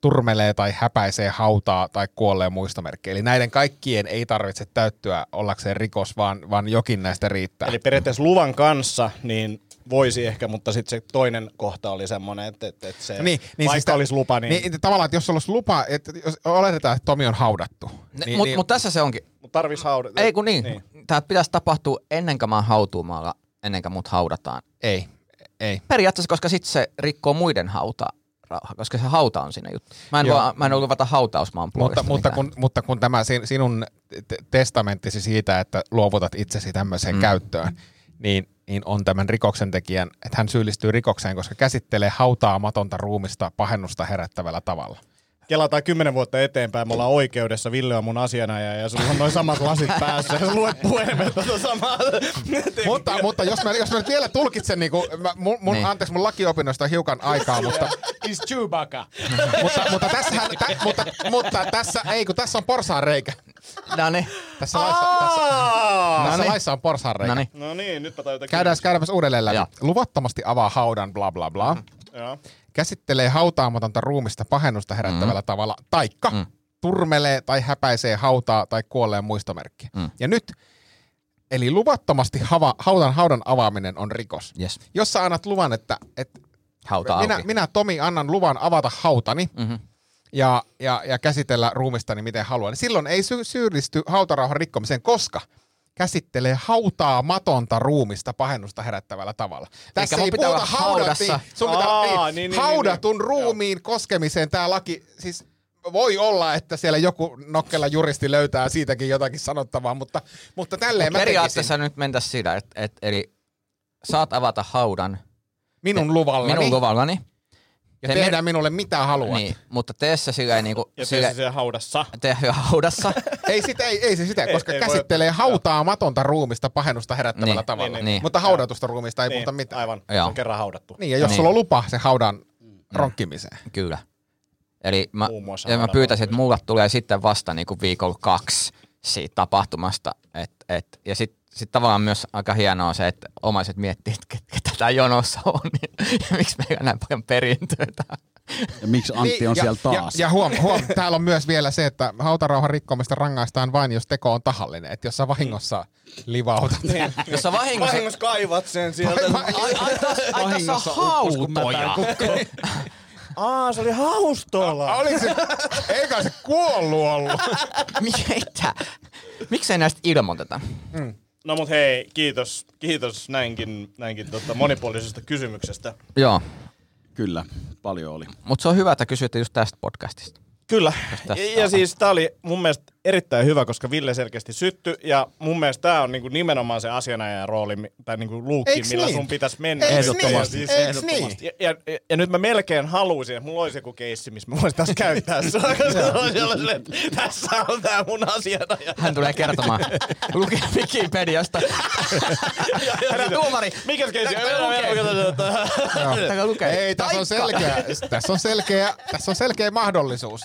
S4: turmelee tai häpäisee hautaa tai kuolleen muistomerkki. Eli näiden kaikkien ei tarvitse täyttyä ollakseen rikos, vaan, vaan jokin näistä riittää.
S5: Eli periaatteessa luvan kanssa, niin voisi ehkä, mutta sitten se toinen kohta oli semmoinen, että, että, että se, niin, niin vaikka
S4: tä-
S5: olisi lupa, niin...
S4: niin tavallaan, että jos olisi lupa, että jos oletetaan, että Tomi on haudattu.
S6: Niin, Mutta mut tässä se onkin.
S5: Mutta tarvis haudata.
S6: Ei kun niin. niin. Tämä pitäisi tapahtua ennen kuin mä oon hautuumalla, ennen kuin mut haudataan.
S8: Ei, ei.
S6: Periaatteessa, koska sitten se rikkoo muiden hautaa rauha, koska se hauta on siinä juttu. Mä en,
S4: Joo.
S6: vaan, mä en ollut vata hautausmaan
S4: Mutta,
S6: puolesta
S4: mutta,
S6: mitään.
S4: kun, mutta kun tämä sin- sinun te- testamenttisi siitä, että luovutat itsesi tämmöiseen mm. käyttöön, niin, niin on tämän rikoksentekijän, että hän syyllistyy rikokseen, koska käsittelee hautaamatonta ruumista pahennusta herättävällä tavalla.
S5: Kelataan kymmenen vuotta eteenpäin, me ollaan oikeudessa, Ville on mun asianajaja ja sulla on noin samat lasit päässä ja sä luet puhelimeen tota samaa.
S4: mutta, mutta jos, mä, jos mä nyt vielä tulkitsen, niin kuin, mä, mun, mun,
S6: Niin.
S4: anteeksi, mun lakiopinnoista on hiukan aikaa, mutta,
S5: Is Chewbacca.
S4: mutta, mutta, tässähän, tä, mutta, mutta tässä, ei kun tässä on porsaanreikä.
S6: No niin.
S4: Tässä laissa, tässä, tässä
S6: niin.
S4: laissa on porsaanreikä.
S6: No niin.
S5: No niin, nyt mä tajutan.
S4: Käydään, käydäänpäs uudelleen läpi.
S6: Joo.
S4: Luvattomasti avaa haudan bla bla bla. Mm.
S5: Joo.
S4: Käsittelee hautaamatonta ruumista pahennusta herättävällä mm. tavalla. Taikka mm. turmelee tai häpäisee hautaa tai kuolleen muistomerkkiä. Mm. Ja nyt, eli luvattomasti hava, haudan, haudan avaaminen on rikos.
S6: Yes.
S4: Jos sä annat luvan, että, että
S6: Hauta
S4: minä,
S6: auki. Mhm.
S4: minä Tomi annan luvan avata hautani mm-hmm. ja, ja, ja käsitellä ruumistani miten haluan, niin silloin ei sy- syyllisty hautarauhan rikkomiseen, koska käsittelee hautaa matonta ruumista pahennusta herättävällä tavalla. Tässä
S6: mun
S4: ei
S6: pitää
S4: puhuta
S6: olla haudassa.
S4: haudattiin, sun pitää,
S5: Aa,
S4: niin,
S5: niin, niin, niin,
S4: haudatun
S5: niin.
S4: ruumiin koskemiseen tämä laki, siis voi olla, että siellä joku nokkela juristi löytää siitäkin jotakin sanottavaa, mutta, mutta tälleen mä
S6: No Periaatteessa
S4: tekisin
S6: nyt mentäs sitä, että et, eli saat avata haudan
S4: minun luvallani
S6: minun luvallani.
S4: ja
S6: Te-
S4: tehdä minulle mitä haluat.
S6: Niin, mutta tee se silleen niinku,
S5: Ja
S6: sille,
S5: se siellä haudassa.
S6: tee se haudassa.
S4: Ei, sitä, ei, ei se sitä, ei,
S5: Ei-
S4: koska ei
S5: ei
S4: käsittelee hautaamatonta ruumista pahennusta herättävällä
S6: Niin,
S4: tavalla.
S6: niin, niin.
S4: Mutta haudatusta ruumista ei niin,
S5: niin,
S4: puhuta mitään.
S5: Aivan,
S6: Joo.
S5: Joo. on kerran haudattu.
S4: Niin, ja jos
S6: Niin.
S4: niin. sulla on lupa se haudan ronkkimiseen.
S6: (laughs) Kyllä. Eli mä,
S5: Muun muassa
S6: ja mä
S5: haudan
S6: pyytäisin, että mulla tulee sitten vasta niinku viikolla kaksi siitä tapahtumasta. Et, et, ja sitten sit tavallaan myös aika hienoa on se, että omaiset miettii, että ket- ketä tää jonossa on niin (laughs) ja miksi meillä on näin paljon perintöä. tää.
S7: Ja miksi Antti
S4: Niin,
S7: on
S4: ja,
S7: siellä taas?
S4: Ja, ja huom, huom, (laughs) täällä on myös vielä se, että hautarauhan rikkomista rangaistaan vain, jos teko on tahallinen. Että jos sä vahingossa livautat. (laughs) Niin.
S6: Jos sä vahingossa,
S5: Vahingossa kaivat sen sieltä.
S6: Ai, ai, tässä, ai, tässä on (laughs) hautoja.
S5: Aa, se oli haustolla.
S4: Oliko se, eikä se kuollut ollut.
S6: Mitä? Miksei näistä ilmoiteta?
S5: No mut hei, kiitos, kiitos näinkin, näinkin tota monipuolisesta kysymyksestä.
S6: Joo,
S7: Kyllä, paljon oli.
S6: mutta se on hyvä, että kysyitte just tästä podcastista.
S5: Kyllä.
S6: tästä
S5: Ja,
S6: alkaa.
S5: ja siis tämä oli mun mielestä erittäin hyvä, koska Ville selkeästi sytty. Ja mun mielestä tämä on niinku nimenomaan se asianajan rooli, mi- tai niinku luukki,
S4: Eiks
S5: millä
S4: niin?
S5: sun pitäisi mennä.
S4: Eiks
S7: Ehdottomasti.
S4: niin? Eiks
S5: Ja, ja, ja, ja, nyt mä melkein haluaisin, että mulla olisi joku keissi, missä mä voisin taas käyttää sua, koska se olisi ollut silleen, että tässä on tää mun asianaja.
S6: Hän tulee kertomaan. Lukee Wikipediasta. Herra tuomari.
S5: Mikäs keissi?
S6: Tää- tää
S5: Mennään,
S6: lukee.
S5: mennään, katsotaan, että-
S6: Takaa lukee.
S4: Ei, tässä on,
S6: Taikka.
S4: selkeä, tässä, on selkeä, tässä on selkeä mahdollisuus.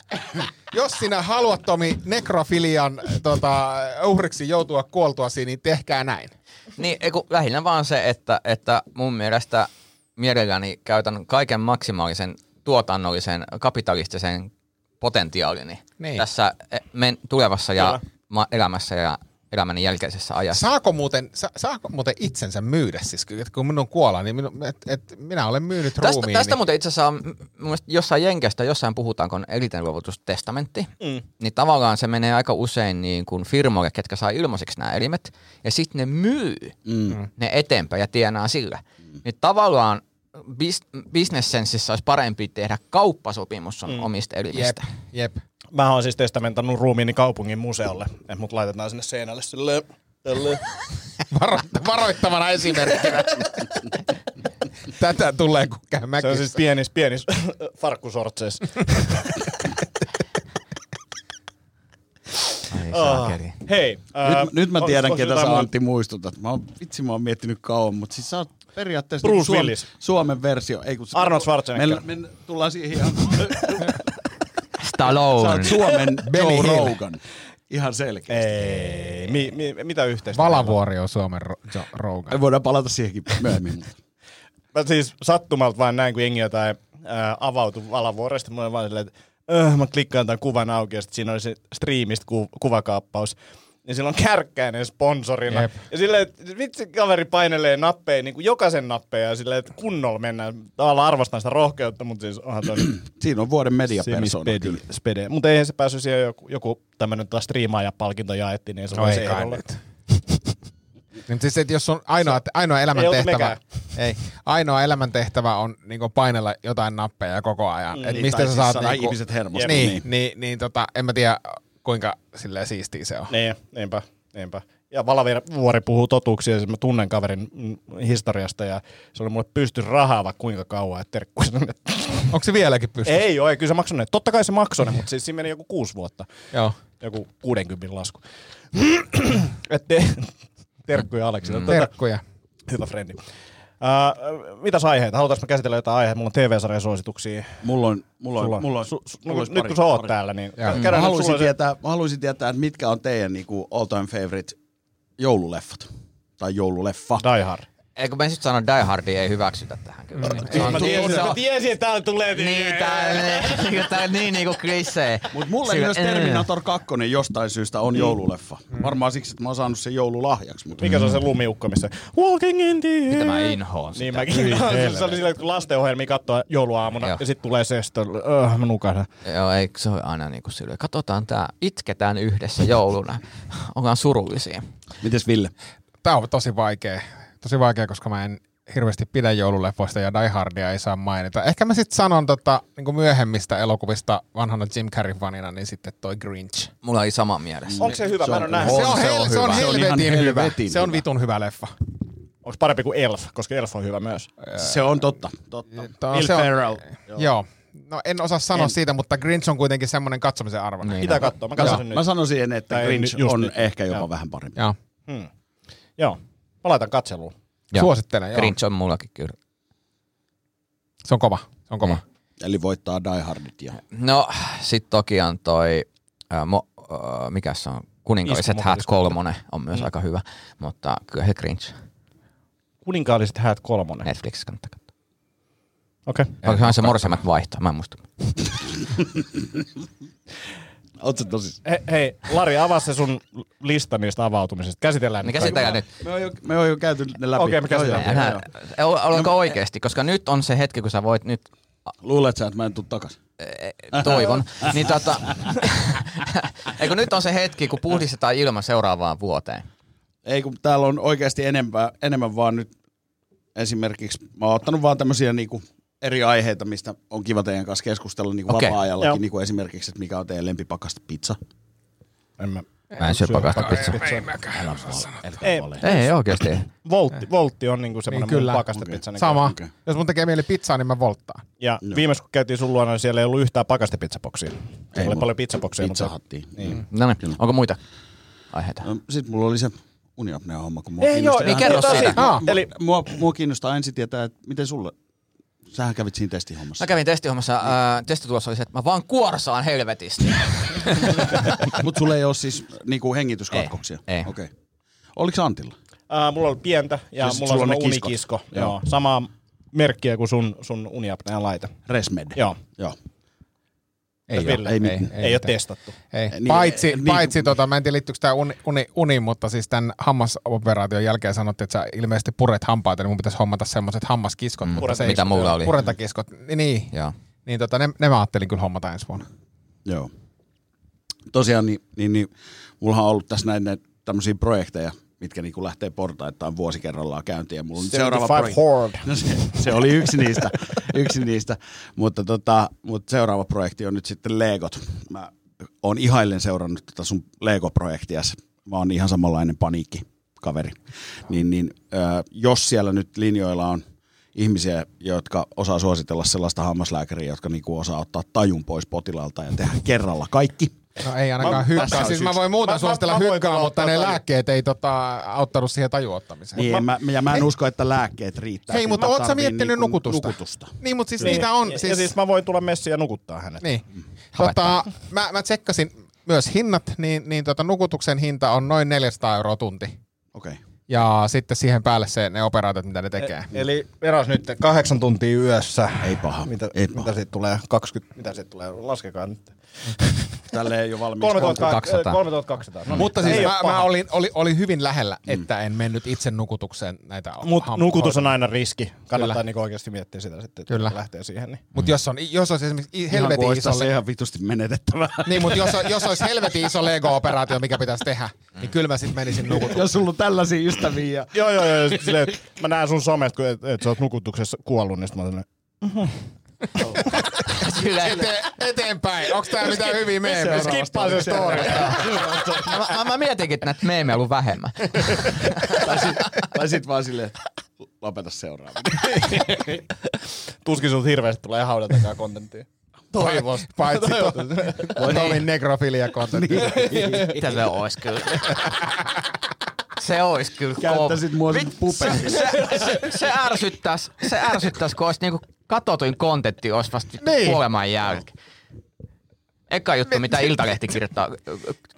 S4: Jos sinä haluat, Tomi, nekrofilian tota, uhriksi joutua kuoltuasi, niin tehkää näin.
S6: Niin, ei kun lähinnä vaan se, että, että mun mielestä mielelläni käytän kaiken maksimaalisen tuotannollisen kapitalistisen potentiaalini
S4: Niin.
S6: tässä eh, men, tulevassa ja ma- elämässä ja elämäni jälkeisessä ajassa.
S4: Saako muuten, sa, saako muuten itsensä myydä? Siis, kun- kun minun kuolaan, niin minun, et, et, minä olen myynyt niin-
S6: Tästä,
S4: ruumiini.
S6: tästä muuten itse asiassa on, mun mielestä jossain jenkestä, jossain puhutaan, kun on elinluovutustestamentti, mm. niin tavallaan se menee aika usein niin kuin firmoille, ketkä saa ilmaiseksi nämä elimet, ja sitten ne myy mm. ne eteenpäin ja tienaa sillä. Mm. Niin tavallaan bis, bisnessenssissä olisi parempi tehdä kauppasopimus sun mm. omista
S4: Jep,
S6: elimistä.
S4: jep.
S5: Mä oon siis testamentannut ruumiini kaupungin museolle, että mut laitetaan sinne seinälle silleen. tälleen.
S4: Varo, varoittavana esimerkkinä. Tätä tulee, kun käy
S5: Se on
S4: mäkissä.
S5: siis pienis,
S7: (laughs)
S5: pienis farkkusortseissa.
S6: Ai,
S5: Ah,
S6: saakeli.
S5: Hei.
S7: Nyt,
S5: ää,
S7: nyt mä
S5: on-
S7: tiedän,
S5: onks
S7: ketä
S5: jotain
S7: sä
S5: muuta?
S7: Antti muistutat. Mä oon, vitsi, mä oon miettinyt kauan, mutta siis sä oot periaatteessa
S5: Bruce
S7: niinku Suom-
S5: Willis.
S7: Suomen versio. Ei, kun se-
S5: Arnold Schwarzenegger.
S7: Me, me tullaan
S4: (laughs)
S7: siihen ihan... sä
S6: Stallone.
S7: oot Suomen
S4: Benny
S7: Joe
S4: Hill.
S7: Rogan. Ihan selkeästi.
S5: Ei. Mi, mi, mitä yhteistä?
S4: Valavuori on Suomen ro, jo, Rogan.
S7: Voidaan palata siihenkin myöhemmin. mutta-
S5: Mä siis sattumalta vaan näin, kun jengi jotain ää, avautui Valavuoresta. Mä öö, olin vaan silleen, että öh, mä klikkaan tämän kuvan auki ja sit siinä oli se striimistä ku, kuvakaappaus. niin sillä on kärkkäinen sponsorina.
S4: Jep.
S5: Jep. Ja silleen, että vitsi kaveri painelee nappeja, niin kuin jokaisen nappeja, ja silleen, että kunnolla mennään. Tavallaan arvostan sitä rohkeutta, mutta siis onhan toi nyt
S7: Siinä on vuoden mediapersona. kyllä.
S5: semispedi- spede. Mutta eihän se päässyt siihen, joku, joku tämmönen taas striimaaja-palkinto jaettiin, niin ei se
S4: No
S5: voi
S4: ei
S5: se
S4: kai
S5: ehdolle.
S4: Niin, siis, että jos on ainoa, ainoa elämäntehtävä, ei, ainoa elämäntehtävä on niin painella jotain nappeja koko ajan. Mm, et
S7: Niin,
S4: mistä
S7: tai
S4: sä
S7: siis
S4: saat
S7: saadaan
S4: niinku-
S7: ihmiset hermostumaan.
S4: Niin, niin,
S7: Niin.
S4: niin, niin tota, en mä tiedä kuinka silleen siistiä se on.
S5: Niin, niinpä, niinpä. Ja Valavuori puhuu totuuksia, siis mä tunnen kaverin mm, historiasta ja se oli mulle pysty rahaa vaikka kuinka kauan, että terkku sinne.
S4: Onko se vieläkin pystyssä?
S5: Ei oo, ei, kyllä se maksoi ne. Totta kai se maksoi ne, mutta siis siinä meni joku kuusi vuotta.
S4: Joo.
S5: Joku 60 lasku. (clears throat) Et te, terkkuja Aleksille. Mm. Tuota,
S4: Terkkuja.
S5: hyvä frendi. Uh, mitäs aiheita? Halutaanko me käsitellä jotain aiheita? Mulla on TV-sarjan suosituksia.
S7: Mulla on, mulla on,
S5: Sulla on.
S7: mulla on,
S5: Su- su-
S7: mulla olisi
S5: nyt
S7: pari-
S5: kun sä oot
S7: pari-
S5: täällä, niin
S4: Joo.
S7: Mä
S5: nyt
S7: haluaisin,
S5: sulla se-
S7: tietää, mä haluaisin tietää, että mitkä on teidän niinku all time favorite joululeffat. Tai joululeffa.
S5: Die Hard.
S9: Eikö mä sitten sano, Die Hardi ei hyväksytä tähän kyllä.
S6: Mm.
S5: Mä tiesin,
S9: se
S5: mä
S9: on-
S5: tiesin, että täällä tulee.
S9: Niin, tää,
S6: (laughs)
S9: niin, tää on niin niinku klisee.
S7: Mutta mulle
S9: Sillä-
S7: myös Terminator 2 jostain syystä
S5: Niin.
S7: on joululeffa. Varmaan siksi, että mä oon saanut sen joululahjaksi. Mutta
S5: Mm. Mikä se
S4: Mm.
S5: on se lumiukko, missä Walking in the air.
S9: Mitä mä inhoon sitä.
S5: Niin mäkin. se, se oli sillä, kun lastenohjelmia katsoo jouluaamuna
S9: Joo.
S5: ja sitten tulee sestö. Öh, mä nukahdan.
S4: Mm.
S9: Joo, eikö se ole aina niinku silleen. Katsotaan tää, itketään yhdessä jouluna. Ollaan surullisia.
S7: Mites Ville?
S4: Tää on tosi vaikea. Tosi vaikea, koska mä en hirveästi pidä joululeffoista ja Die Hardia ei saa mainita. Ehkä mä sitten sanon tota, niin myöhemmistä elokuvista vanhana Jim Carrey fanina, niin sitten toi Grinch.
S9: Mulla ei sama mielessä.
S5: Onko se hyvä? Mä en ole nähnyt.
S7: On,
S4: se on,
S7: se
S4: hel-
S7: on
S4: se on
S7: hyvä. Se on ihan
S4: helvetin hyvä.
S7: helvetin
S4: Se on
S7: hyvä.
S4: vitun hyvä leffa.
S5: Onko parempi kuin Elf? Koska Elf on hyvä myös.
S7: Se on totta. totta.
S4: Tää on-
S5: Will
S4: se on-
S5: Ferrell.
S4: Joo. Joo. No en osaa sanoa en. siitä, mutta Grinch on kuitenkin semmoinen katsomisen arvoinen.
S9: Niin
S5: Pitää
S9: on.
S5: katsoa. Mä katson sen nyt.
S7: Mä sanon siihen, että
S5: Tai
S7: Grinch
S5: just
S7: on
S5: nyt.
S7: ehkä jopa
S5: Joo.
S7: vähän parempi.
S4: Joo.
S5: Joo. Mä laitan katseluun.
S9: Joo.
S4: Suosittelen, joo.
S9: Grinch on mullakin kyllä.
S4: Se on kova. Se on kova.
S9: Niin.
S7: Eli voittaa Die Hardit. Ja...
S9: No, sit toki on toi, ää, mo, ää, mikä se on, Kuninkaalliset
S5: Istumaton
S9: häät
S5: istunto.
S9: kolmonen on myös aika hyvä, mutta kyllä se Grinch,
S5: Kuninkaalliset häät kolmonen.
S9: Netflix kannattaa katsoa.
S5: Okei.
S9: Onkohan se morsiamat vaihtaa, mä en muista.
S7: Ootko tosi...
S5: He, hei, Lari, avaa se sun lista niistä avautumisista. Käsitellään
S9: Mikä
S5: niitä.
S9: sitä nyt?
S7: Me on jo, me on jo käyty ne läpi.
S5: Okei, me
S7: Joo,
S5: käsitellään.
S7: joo,
S9: Älä-
S7: joo.
S9: Ä- Oletko oikeesti? Koska nyt on se hetki, kun sä voit nyt
S7: Luulet sä, että mä en tuu takas?
S9: toivon. Niin tota, (laughs) eikö nyt on se hetki, kun puhdistetaan ilma seuraavaan vuoteen.
S7: Ei, kun täällä on oikeasti enempää, enemmän vaan nyt esimerkiksi, mä oon ottanut vaan tämmöisiä niinku eri aiheita, mistä on kiva teidän kanssa keskustella niinku
S9: Okei.
S7: vapaa-ajallakin,
S5: Joo.
S7: niinku esimerkiksi, että mikä on teidän lempipakasta pizza.
S5: En mä.
S9: Mä en syö pakasta pizzaa.
S7: Älä vaan,
S5: Ei.
S7: älkää vale.
S9: Ei oikeesti.
S5: Voltti, voltti on niinku semmoinen
S4: Niin,
S5: niin,
S4: kyllä.
S5: mun pakastepizza.
S7: Okei.
S5: Niin
S4: Sama.
S7: Okei.
S4: Jos mun tekee mieli pizzaa, niin mä volttaan.
S5: Ja no. viimeksi kun käytiin sun luona, niin siellä ei ollut yhtään pakastepizzaboksia. Ei oli
S7: mulla-
S5: paljon pizzabokseja,
S7: Pizza
S5: mutta...
S7: hattiin.
S5: Niin.
S9: No niin, onko muita aiheita?
S7: Sitten No, mulla oli se uniapnea homma, kun mua
S5: Ei joo,
S7: kiinnostaa.
S9: niin kerro
S5: tosi-
S9: siitä.
S5: Aa,
S7: Eli
S5: Eli
S7: mua, mua kiinnostaa ensin tietää, että miten sulle, sähän kävit siinä testihommassa.
S9: Mä kävin testihommassa, äh, testitulos oli se, että mä vaan kuorsaan helvetisti.
S7: Mutta sulla ei ole siis niinku hengityskatkoksia?
S9: Ei, ei.
S7: Okei. Oliko Antilla?
S5: Äh, mulla oli pientä ja
S7: Siis
S5: mulla on
S7: sulla on
S5: semmoinen
S7: ne kiskot.
S5: unikisko.
S7: Joo.
S5: Joo. Joo. Samaa merkkiä kuin sun, sun uniapneen laite.
S7: Resmed.
S5: Joo.
S7: Joo.
S4: Ei,
S5: Ville,
S7: ei
S4: ei,
S7: mitään.
S5: Ei, ei ole
S4: mitään. Siis
S5: testattu.
S4: Ei.
S7: Niin,
S4: paitsi,
S7: niin-
S4: paitsi tota, mä en tiedä liittyykö tämä uni, uni, uni, mutta siis tämän hammasoperaation jälkeen sanottiin, että sä ilmeisesti puret hampaita, niin mun pitäisi hommata semmoiset hammaskiskot. Mm, mutta se ei-
S9: mitä mulla oli.
S4: Purentakiskot, niin.
S6: (laughs)
S9: Joo.
S4: Niin tota, ne, ne mä ajattelin kyllä hommata ensi vuonna.
S7: Joo. Tosiaan, niin, niin, niin mullahan on ollut tässä näin näitä tämmöisiä projekteja, mitkä niin lähtee portaittain vuosi kerrallaan käyntiin. Ja mulla on nyt seuraava projekti.
S5: 75 Horde.
S7: No se, se, oli yksi niistä, (laughs) yksi niistä. Mutta, tota, mutta seuraava projekti on nyt sitten Legot. Mä oon ihaillen seurannut tota sun Lego-projektias. Mä oon ihan samanlainen paniikkikaveri. Niin, niin, ö, jos siellä nyt linjoilla on ihmisiä, jotka osaa suositella sellaista hammaslääkäriä, jotka niinku osaa ottaa tajun pois potilaalta ja tehdä kerralla kaikki,
S4: No ei ainakaan
S7: Mä- tässä
S4: hykkää.
S7: on
S4: Siis
S7: yksi.
S4: mä voin muuta
S5: Mä- mä-
S4: suositella
S5: mä voin
S4: hykkää,
S5: kyllä
S4: mutta
S5: ottaa
S4: ne
S5: paljon.
S4: lääkkeet ei tota, auttanut siihen tajuottamiseen.
S7: Niin, en mä, ja mä en usko, että lääkkeet riittää.
S4: Hei,
S7: Kyllä
S4: mutta
S7: mä
S4: oot sä
S7: tarviin
S4: miettinyt
S7: niinku
S4: nukutusta?
S7: nukutusta.
S4: Niin, mutta siis
S5: Niin.
S4: niitä on.
S5: Ja,
S4: Siis,
S5: ja siis mä voin tulla messiin ja nukuttaa hänet.
S4: Niin. Tota, mä, mä sekkasin myös hinnat, niin, niin tota, nukutuksen hinta on noin 400 euroa tunti.
S7: Okei.
S4: Ja sitten siihen päälle se, ne operaatiot, mitä ne tekee.
S5: E- Eli eräs nyt kahdeksan tuntia yössä.
S7: Ei paha,
S5: Mitä,
S7: ei
S5: mitä
S7: paha.
S5: siitä tulee? 20, mitä siitä tulee? Laskekaa nyt.
S7: Tälle ei ole valmiiksi.
S5: 3200.
S6: 3200.
S5: 3200. No,
S4: Mutta siis
S5: ei
S4: mä,
S5: oo
S4: mä
S5: paha.
S4: olin, oli, oli hyvin lähellä, että en mennyt itse nukutukseen näitä
S5: Mut
S4: ham-
S5: nukutus
S4: hoitamaan.
S5: on aina riski. Kannattaa
S4: Kyllä.
S5: niinku oikeasti miettiä sitä sitten,
S4: Kyllä.
S5: kun lähtee siihen. Niin.
S4: Mut jos on, jos olisi esimerkiksi i-
S7: Ihan
S4: helvetin
S7: poista,
S4: iso,
S7: se
S4: le-
S7: ihan vitusti menetettävää. (laughs)
S4: niin, mut jos, jos olisi helvetin iso Lego-operaatio, mikä pitäisi tehdä, niin kyllä mä sitten menisin nukutukseen.
S7: Jos sulla on siis. tällaisia ystäviä ja
S5: (laughs) Joo, joo, joo. Sit Silleen, et mä näen sun somesta, kun et, et sä oot nukutuksessa kuollut, niin sit mä oon
S4: Ete,
S6: (laughs)
S4: eteenpäin. Onko tää mitään hyviä meemejä?
S5: skippaa sen story.
S6: mä, mä, mä mietinkin, että näitä meemejä on ollut vähemmän.
S7: tai sit, tai sit vaan silleen, lopeta seuraava.
S5: Tuskin sut hirveästi tulee haudatakaan kontenttia.
S4: Toivos. Paitsi to, Tomin nekrofilia kontentti.
S6: Mitä se ois kyllä? Se ois kyllä
S7: Käyttäisit mua
S6: Vit-
S7: pupetiksi.
S6: se, se, se, se, ärsyttäis, se ärsyttäis, kun ois niinku katotuin kontentti ois vasta
S4: Niin.
S6: niin. kuoleman jälkeen. Eka juttu, mitä Iltalehti kirjoittaa.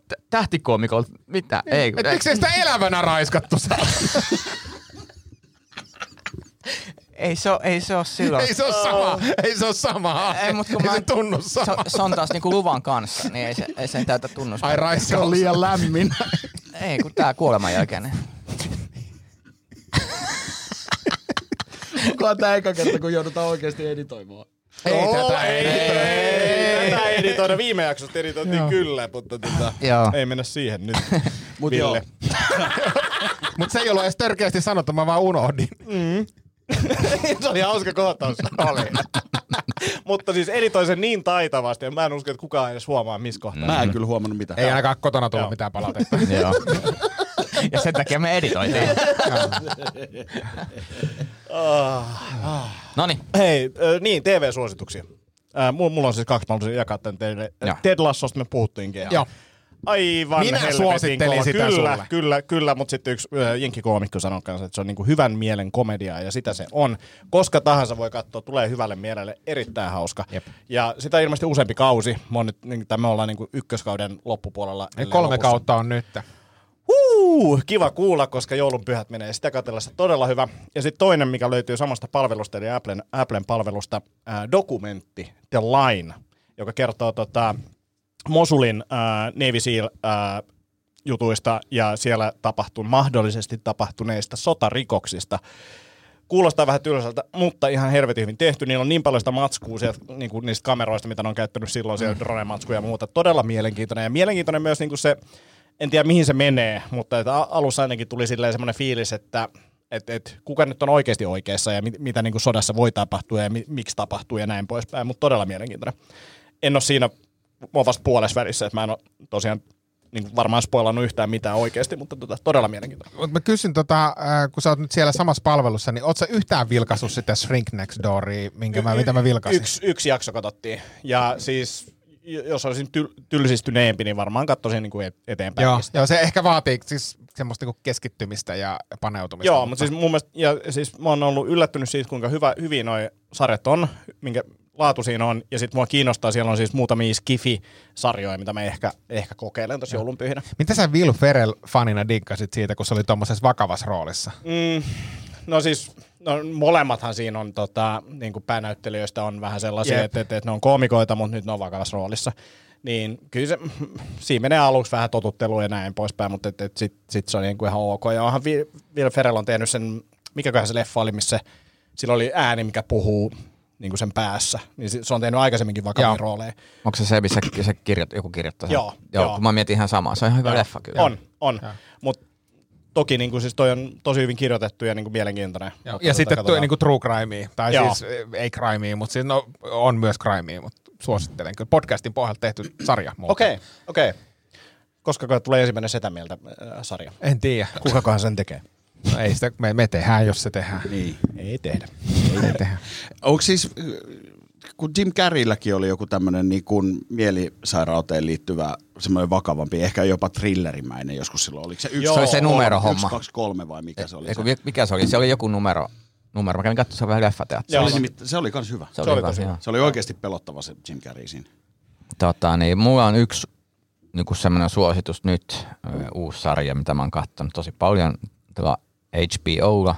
S6: Tä- Tähtikoomikolla, mitä? Ei,
S4: Et
S6: ei,
S4: miksei sitä elävänä raiskattu saa?
S6: ei, se, oo- ei se oo silloin.
S4: Ei se ole sama. Ei se ole sama.
S6: Ei, mut kun
S4: ei
S6: mä-
S4: se tunnu
S6: Se,
S4: sama.
S6: se, on taas niinku luvan kanssa, niin ei se, ei se täytä tunnusta.
S4: Ai raiska on
S7: Liian lämmin.
S6: Ei, kun tää niin kuoleman jälkeinen.
S7: Kuka on tää eka kerta, kun joudutaan oikeasti editoimaan?
S4: Ei tätä
S5: ei,
S4: ei.
S5: ei, tätä ei editoida. Viime jaksosta editoitiin kyllä, mutta tota,
S6: Joo.
S5: ei mennä siihen nyt.
S7: Mut
S5: Ville.
S7: joo,
S4: Mut se ei ollut edes törkeästi sanottu, mä vaan unohdin.
S5: (laughs) se oli hauska kohtaus. Oli. (laughs) Mutta siis editoi sen niin taitavasti, että mä en usko, että kukaan edes huomaa, missä kohtaa.
S7: mä en kyllä huomannut mitään.
S4: Ei ainakaan kotona tullut mitään palautetta.
S6: (laughs) Joo. Ja sen takia me editoitiin.
S5: Ah.
S6: no niin,
S5: Hei, ö, niin, TV-suosituksia. Ää, mulla, mulla on siis kaksi, mä haluaisin jakaa tän teille.
S6: Joo.
S5: Ted Lassosta me puhuttiinkin. ja-
S4: Joo.
S5: Aivan
S4: Minä
S5: helvetin
S4: suosittelin
S5: kova.
S4: sitä
S5: kyllä,
S4: sulle.
S5: Kyllä, kyllä, mutta sitten yksi äh, jenkkikoomikko sanoi kanssa, että se on niinku hyvän mielen komediaa ja sitä se on. Koska tahansa voi katsoa, tulee hyvälle mielelle, erittäin hauska. Jep. Ja sitä ilmeisesti useampi kausi, mä oon nyt, niin, tai me ollaan niinku ykköskauden loppupuolella.
S4: Eli
S5: ellei
S4: kolme
S5: lopussa.
S4: kautta on nyt.
S5: Huu, kiva kuulla, koska joulunpyhät menee sitä katsellessa todella hyvä. Ja sitten toinen, mikä löytyy samasta palvelusta, eli Applen, Applen palvelusta, ää, dokumentti The Line, joka kertoo tota, Mosulin ää, Navy Seal ää, jutuista ja siellä tapahtun, mahdollisesti tapahtuneista sotarikoksista. Kuulostaa vähän tylsältä, mutta ihan helvetin hyvin tehty. Niillä on niin paljon sitä matskua sieltä, niin kuin niistä kameroista, mitä ne on käyttänyt silloin, siellä drone-matskuja ja muuta. Todella mielenkiintoinen. Ja mielenkiintoinen myös niin kuin se, en tiedä mihin se menee, mutta että a- alussa ainakin tuli silleen semmoinen fiilis, että et, et, kuka nyt on oikeasti oikeassa ja mit, mitä niin kuin sodassa voi tapahtua ja mi, miksi tapahtuu ja näin poispäin, mutta todella mielenkiintoinen. En ole siinä, mä oon vasta puolessa välissä, että mä en ole tosiaan niin kuin varmaan spoilannut yhtään mitään oikeasti, mutta tota, todella mielenkiintoinen.
S4: Mut mä kysyn, tota, äh, kun sä oot nyt siellä samassa palvelussa, niin oot sä yhtään vilkaissut sitä Shrink Next Dooria, minkä mä, mitä mä vilkaisin?
S5: Yksi, yksi jakso katsottiin ja siis j- jos olisin tyl, tylsistyneempi, niin varmaan katsoisin niin kuin et- eteenpäin.
S4: Joo, joo, se ehkä vaatii siis semmoista niinku keskittymistä ja paneutumista.
S5: Joo, mutta siis mun mielestä, ja siis mä oon ollut yllättynyt siitä, kuinka hyvä, hyvin noi sarjat on, minkä laatu siinä on, ja sitten mua kiinnostaa, siellä on siis muutamia Skifi-sarjoja, mitä mä ehkä, ehkä kokeilen tuossa joulunpyhinä.
S4: Mitä sä Will Ferrell-fanina diggasit siitä, kun se oli tuommoisessa vakavassa roolissa?
S5: Mm, no siis, no, molemmathan siinä on, tota, niin kuin päänäyttelijöistä on vähän sellaisia,
S4: Jep.
S5: että, että, että ne on koomikoita, mutta nyt ne on vakavassa roolissa. Niin kyllä se, siinä menee aluksi vähän totuttelua ja näin poispäin, mutta et, et sitten sit se on niin kuin ihan ok. Ja onhan Vi- Will Ferrell on tehnyt sen, mikäköhän se leffa oli, missä sillä oli ääni, mikä puhuu niin kuin sen päässä. Niin se se on tehnyt aikaisemminkin vakavia
S4: Joo.
S5: rooleja.
S6: onko se se, missä se kirjo, joku kirjoittaa sen?
S5: Joo,
S6: joo.
S5: joo.
S6: Kun mä mietin ihan samaa, se on ihan hyvä leffa kyllä.
S5: On, on. Mutta toki niin kuin, siis toi on tosi hyvin kirjoitettu ja niin kuin mielenkiintoinen.
S4: Ja,
S5: Mutta
S4: ja
S5: tota,
S4: sitten tuo
S5: katsotaan.
S4: niinku true crimea, tai
S5: Joo.
S4: Joo. siis eh, ei crimea, mutta siis no, on myös crimea, mutta suosittelen kyllä. Podcastin pohjalta tehty sarja. muuten.
S5: Okei, okei. Koska tulee ensimmäinen Setä mieltä äh, sarja?
S4: En tiedä.
S5: Kukakohan sen tekee?
S4: No, ei sitä, me, me tehdään, jos se tehdään.
S7: Niin.
S5: Ei tehdä. niin.
S4: Me tehdään.
S7: Onko siis, kun Jim Carreylläkin oli joku tämmöinen niin kuin mielisairauteen liittyvä, semmoinen vakavampi, ehkä jopa thrillerimäinen joskus silloin. Oliko se yksi,
S5: Joo, Se oli se
S6: numerohomma.
S7: Yksi, kaksi, kolme vai mikä se oli?
S6: Eiku,
S7: se,
S6: mikä se oli? Se oli joku numero. numero. Mä kävin katsomaan vähän leffateatteria.
S7: se, oli,
S5: Joo.
S7: nimitt- se oli kans hyvä.
S6: Se oli, hyvä,
S5: tosi
S6: joo.
S7: Se oli oikeasti pelottava se Jim Carrey siinä.
S6: Tota, niin, mulla on yksi niin semmoinen suositus nyt, ö, uusi sarja, mitä mä oon katsonut tosi paljon tuolla HBOlla.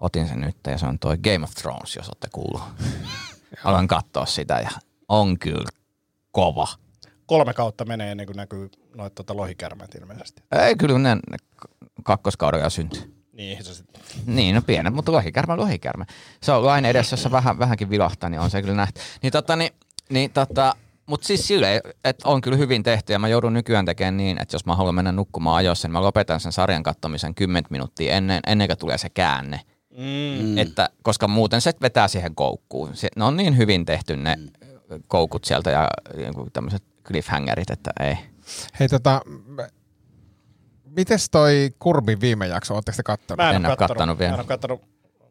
S6: Otin sen nyt ja se on toi Game of Thrones, jos olette kuullut. Alan katsoa sitä ja on kyllä kova.
S5: kolme kautta menee ennen kuin näkyy noita tota, lohikärmeet ilmeisesti.
S6: Ei, kyllä ne ne kakkoskaudella syntyy.
S5: Niin, se sitten.
S6: Niin, no pienet, mutta lohikärme, on lohikärme. Se on ollut aina edessä, jossa vähän, vähänkin vilahtaa, niin on se kyllä nähty. Niin tota, niin, niin tota, mutta siis silleen, että on kyllä hyvin tehty ja mä joudun nykyään tekemään niin, että jos mä haluan mennä nukkumaan ajoissa, niin mä lopetan sen sarjan katsomisen 10 minuuttia ennen, ennen kuin tulee se käänne. Mm. Että, koska muuten se vetää siihen koukkuun. Se, ne on niin hyvin tehty ne koukut sieltä ja joku tämmöiset cliffhangerit, että ei.
S4: Hei tota, m- mites toi Kurbin viime jakso, ootteko te kattonut?
S5: Mä en,
S6: En
S5: ole
S6: oo
S5: kattonut,
S6: kattonut vielä.
S5: Mä en ole kattonut.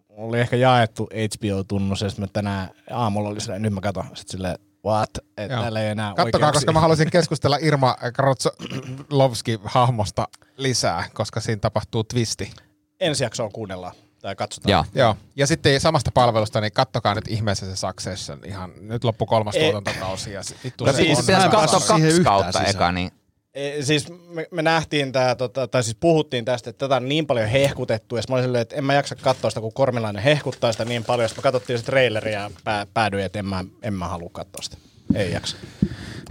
S5: Mulla oli ehkä jaettu HBO-tunnus, ja sitten mä tänään aamulla oli silleen, nyt mä katon. Sitten silleen, what? Että
S4: Joo.
S5: täällä ei enää
S4: Kattokaa,
S5: oikeuksia.
S4: koska mä haluaisin keskustella Irma Karotsolovski-hahmosta lisää, koska siinä tapahtuu twisti.
S5: Ensi jaksoa kuunnellaan tai katsotaan.
S6: Joo.
S4: Joo. Ja sitten samasta palvelusta, niin kattokaa nyt ihmeessä se Succession. Ihan nyt loppu kolmas
S5: Ei.
S4: tuotantokausi ja sit vittu
S5: No
S4: se
S5: siis
S4: on-
S6: Pitäisi
S5: en päässyt
S6: katsoa
S7: siihen
S6: kaksi
S7: yhtään
S6: kautta
S7: sisään.
S6: eka, niin
S5: E, siis me, me nähtiin tämä, tota, tai siis puhuttiin tästä, että tätä on niin paljon hehkutettu, ja sit mä olin silleen, että en mä jaksa katsoa sitä, kun Kormilainen hehkuttaa sitä niin paljon. Sitten me katsottiin se traileri ja pää, päädyin, että en mä, en mä halua katsoa sitä. Ei jaksa.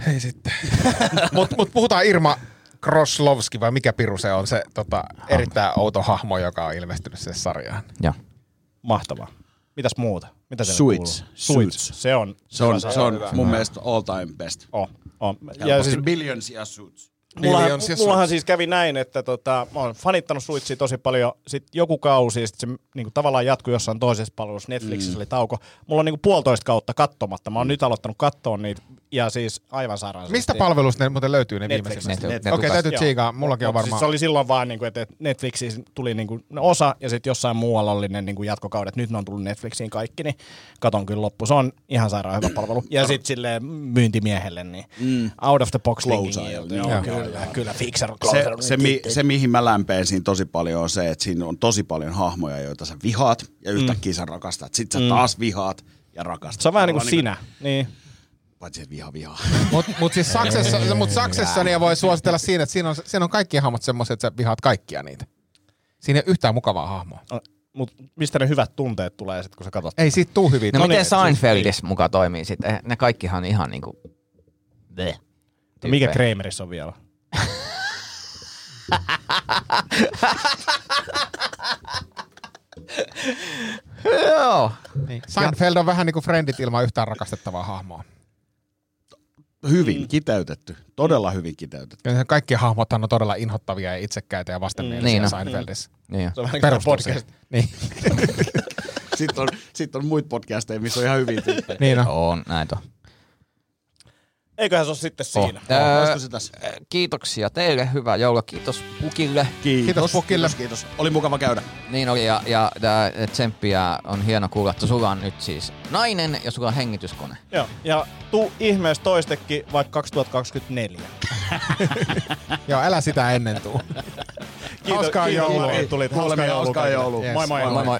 S4: Ei sitten. Mutta (laughs) mut puhutaan Irma Kroslovski, vai mikä piru se on, se tota, erittäin outo hahmo, joka on ilmestynyt sinne sarjaan.
S6: joo.
S5: Mahtavaa. Mitäs muuta? Mitä teille
S7: Suits.
S5: kuuluu?
S7: Suits.
S5: Se on.
S7: Se on, se on
S6: hyvä.
S7: mun mielestä all time best.
S5: On, on. Ja
S7: Helposti
S5: siis
S7: billions ja suits.
S5: mullahan,
S4: Billions ja
S5: mullahan siis kävi näin, että tota, mä oon fanittanut Suitsia tosi paljon. Sitten joku kausi, ja sit se niinku, tavallaan jatkuu jossain toisessa palvelussa. Netflixissä mm. oli tauko. Mulla on niinku, puolitoista kautta kattomatta. Mä oon nyt aloittanut katsoa niitä, ja siis aivan sairaan.
S4: Mistä palvelusta ne muuten löytyy ne
S5: Netflix.
S4: viimeiset?
S6: Ne,
S4: Okei,
S6: ne
S4: okay,
S6: tukas-
S4: täytyy tsiigaa, mullakin on
S5: Mut Siis
S4: varmaan.
S5: se oli silloin vaan, niinku, että et Netflixiin tuli niinku, ne osa, ja sitten jossain muualla oli ne niinku, jatkokaudet. Nyt ne on tullut Netflixiin kaikki, niin katon kyllä loppu. Se on ihan sairaan hyvä palvelu. Ja sitten silleen myyntimiehelle, niin mm. out of the box thinking.
S7: Close-eyed,
S5: Joo,
S4: joo.
S5: kyllä, kyllä, fixer on
S7: Se,
S5: closer.
S7: se, mi, se, mihin mä lämpeen siinä tosi paljon on se, että siinä on tosi paljon hahmoja, joita sä vihaat ja yhtäkkiä sä rakastat. Sitten sä taas vihaat ja rakastat.
S5: Mm. Se on vähän niin
S7: Tavallaan
S5: kuin sinä. Niin.
S7: Paitsi että viha (laughs) vihaa.
S4: Mutta mut siis Saksessa, mut Saksessa niin voi suositella siinä, että siinä on, siinä on kaikki hahmot semmoiset, että sä vihaat kaikkia niitä. Siinä ei ole yhtään mukavaa hahmoa.
S5: Mutta mistä ne hyvät tunteet tulee sitten, kun sä katsot?
S4: Ei siitä tuu hyviä.
S6: No,
S5: No niin,
S6: miten
S5: et se-
S6: Seinfeldissä muka toimii sitten? Ne kaikkihan on ihan niinku... Bleh.
S5: Mikä
S6: Tyyppejä.
S5: Kreimeris on vielä?
S6: Joo.
S4: Niin. Seinfeld on vähän niin kuin Friendit ilman yhtään rakastettavaa hahmoa.
S5: Mm.
S7: Hyvin kiteytetty. Todella hyvin kiteytetty.
S4: Kyllä kaikki hahmothan on todella inhottavia ja itsekkäitä ja vastenmielisiä
S6: Niin
S4: niin,
S6: on.
S4: Seinfeldissä.
S6: Niin.
S5: Se on vähän
S4: Perustuu
S5: podcast.
S4: siihen. Niin,
S7: Sitten on, sit on muita podcasteja, missä on ihan hyvin tyyppejä.
S4: niin
S6: (laughs)
S4: on.
S6: On, näitä on.
S5: Eiköhän se ole sitten siinä.
S6: Oh. Öö,
S7: Olisiko se tässä?
S6: Kiitoksia teille, hyvää joulua. Kiitos Pukille.
S7: Kiitos.
S4: Kiitos Pukille.
S7: Kiitos, kiitos. Oli mukava käydä.
S6: Niin oli, ja, ja tää tsemppiä on hieno kuulla, että sulla on nyt siis nainen ja sulla on hengityskone.
S5: Joo. Ja tuu ihmeessä toistekin vaikka 2024.
S4: Joo, älä sitä ennen tuu. Hauskaa joulua.
S5: kun Tulit.
S7: Molemmille hauskaa joulua.
S4: Yes.
S5: Moi moi. moi. moi.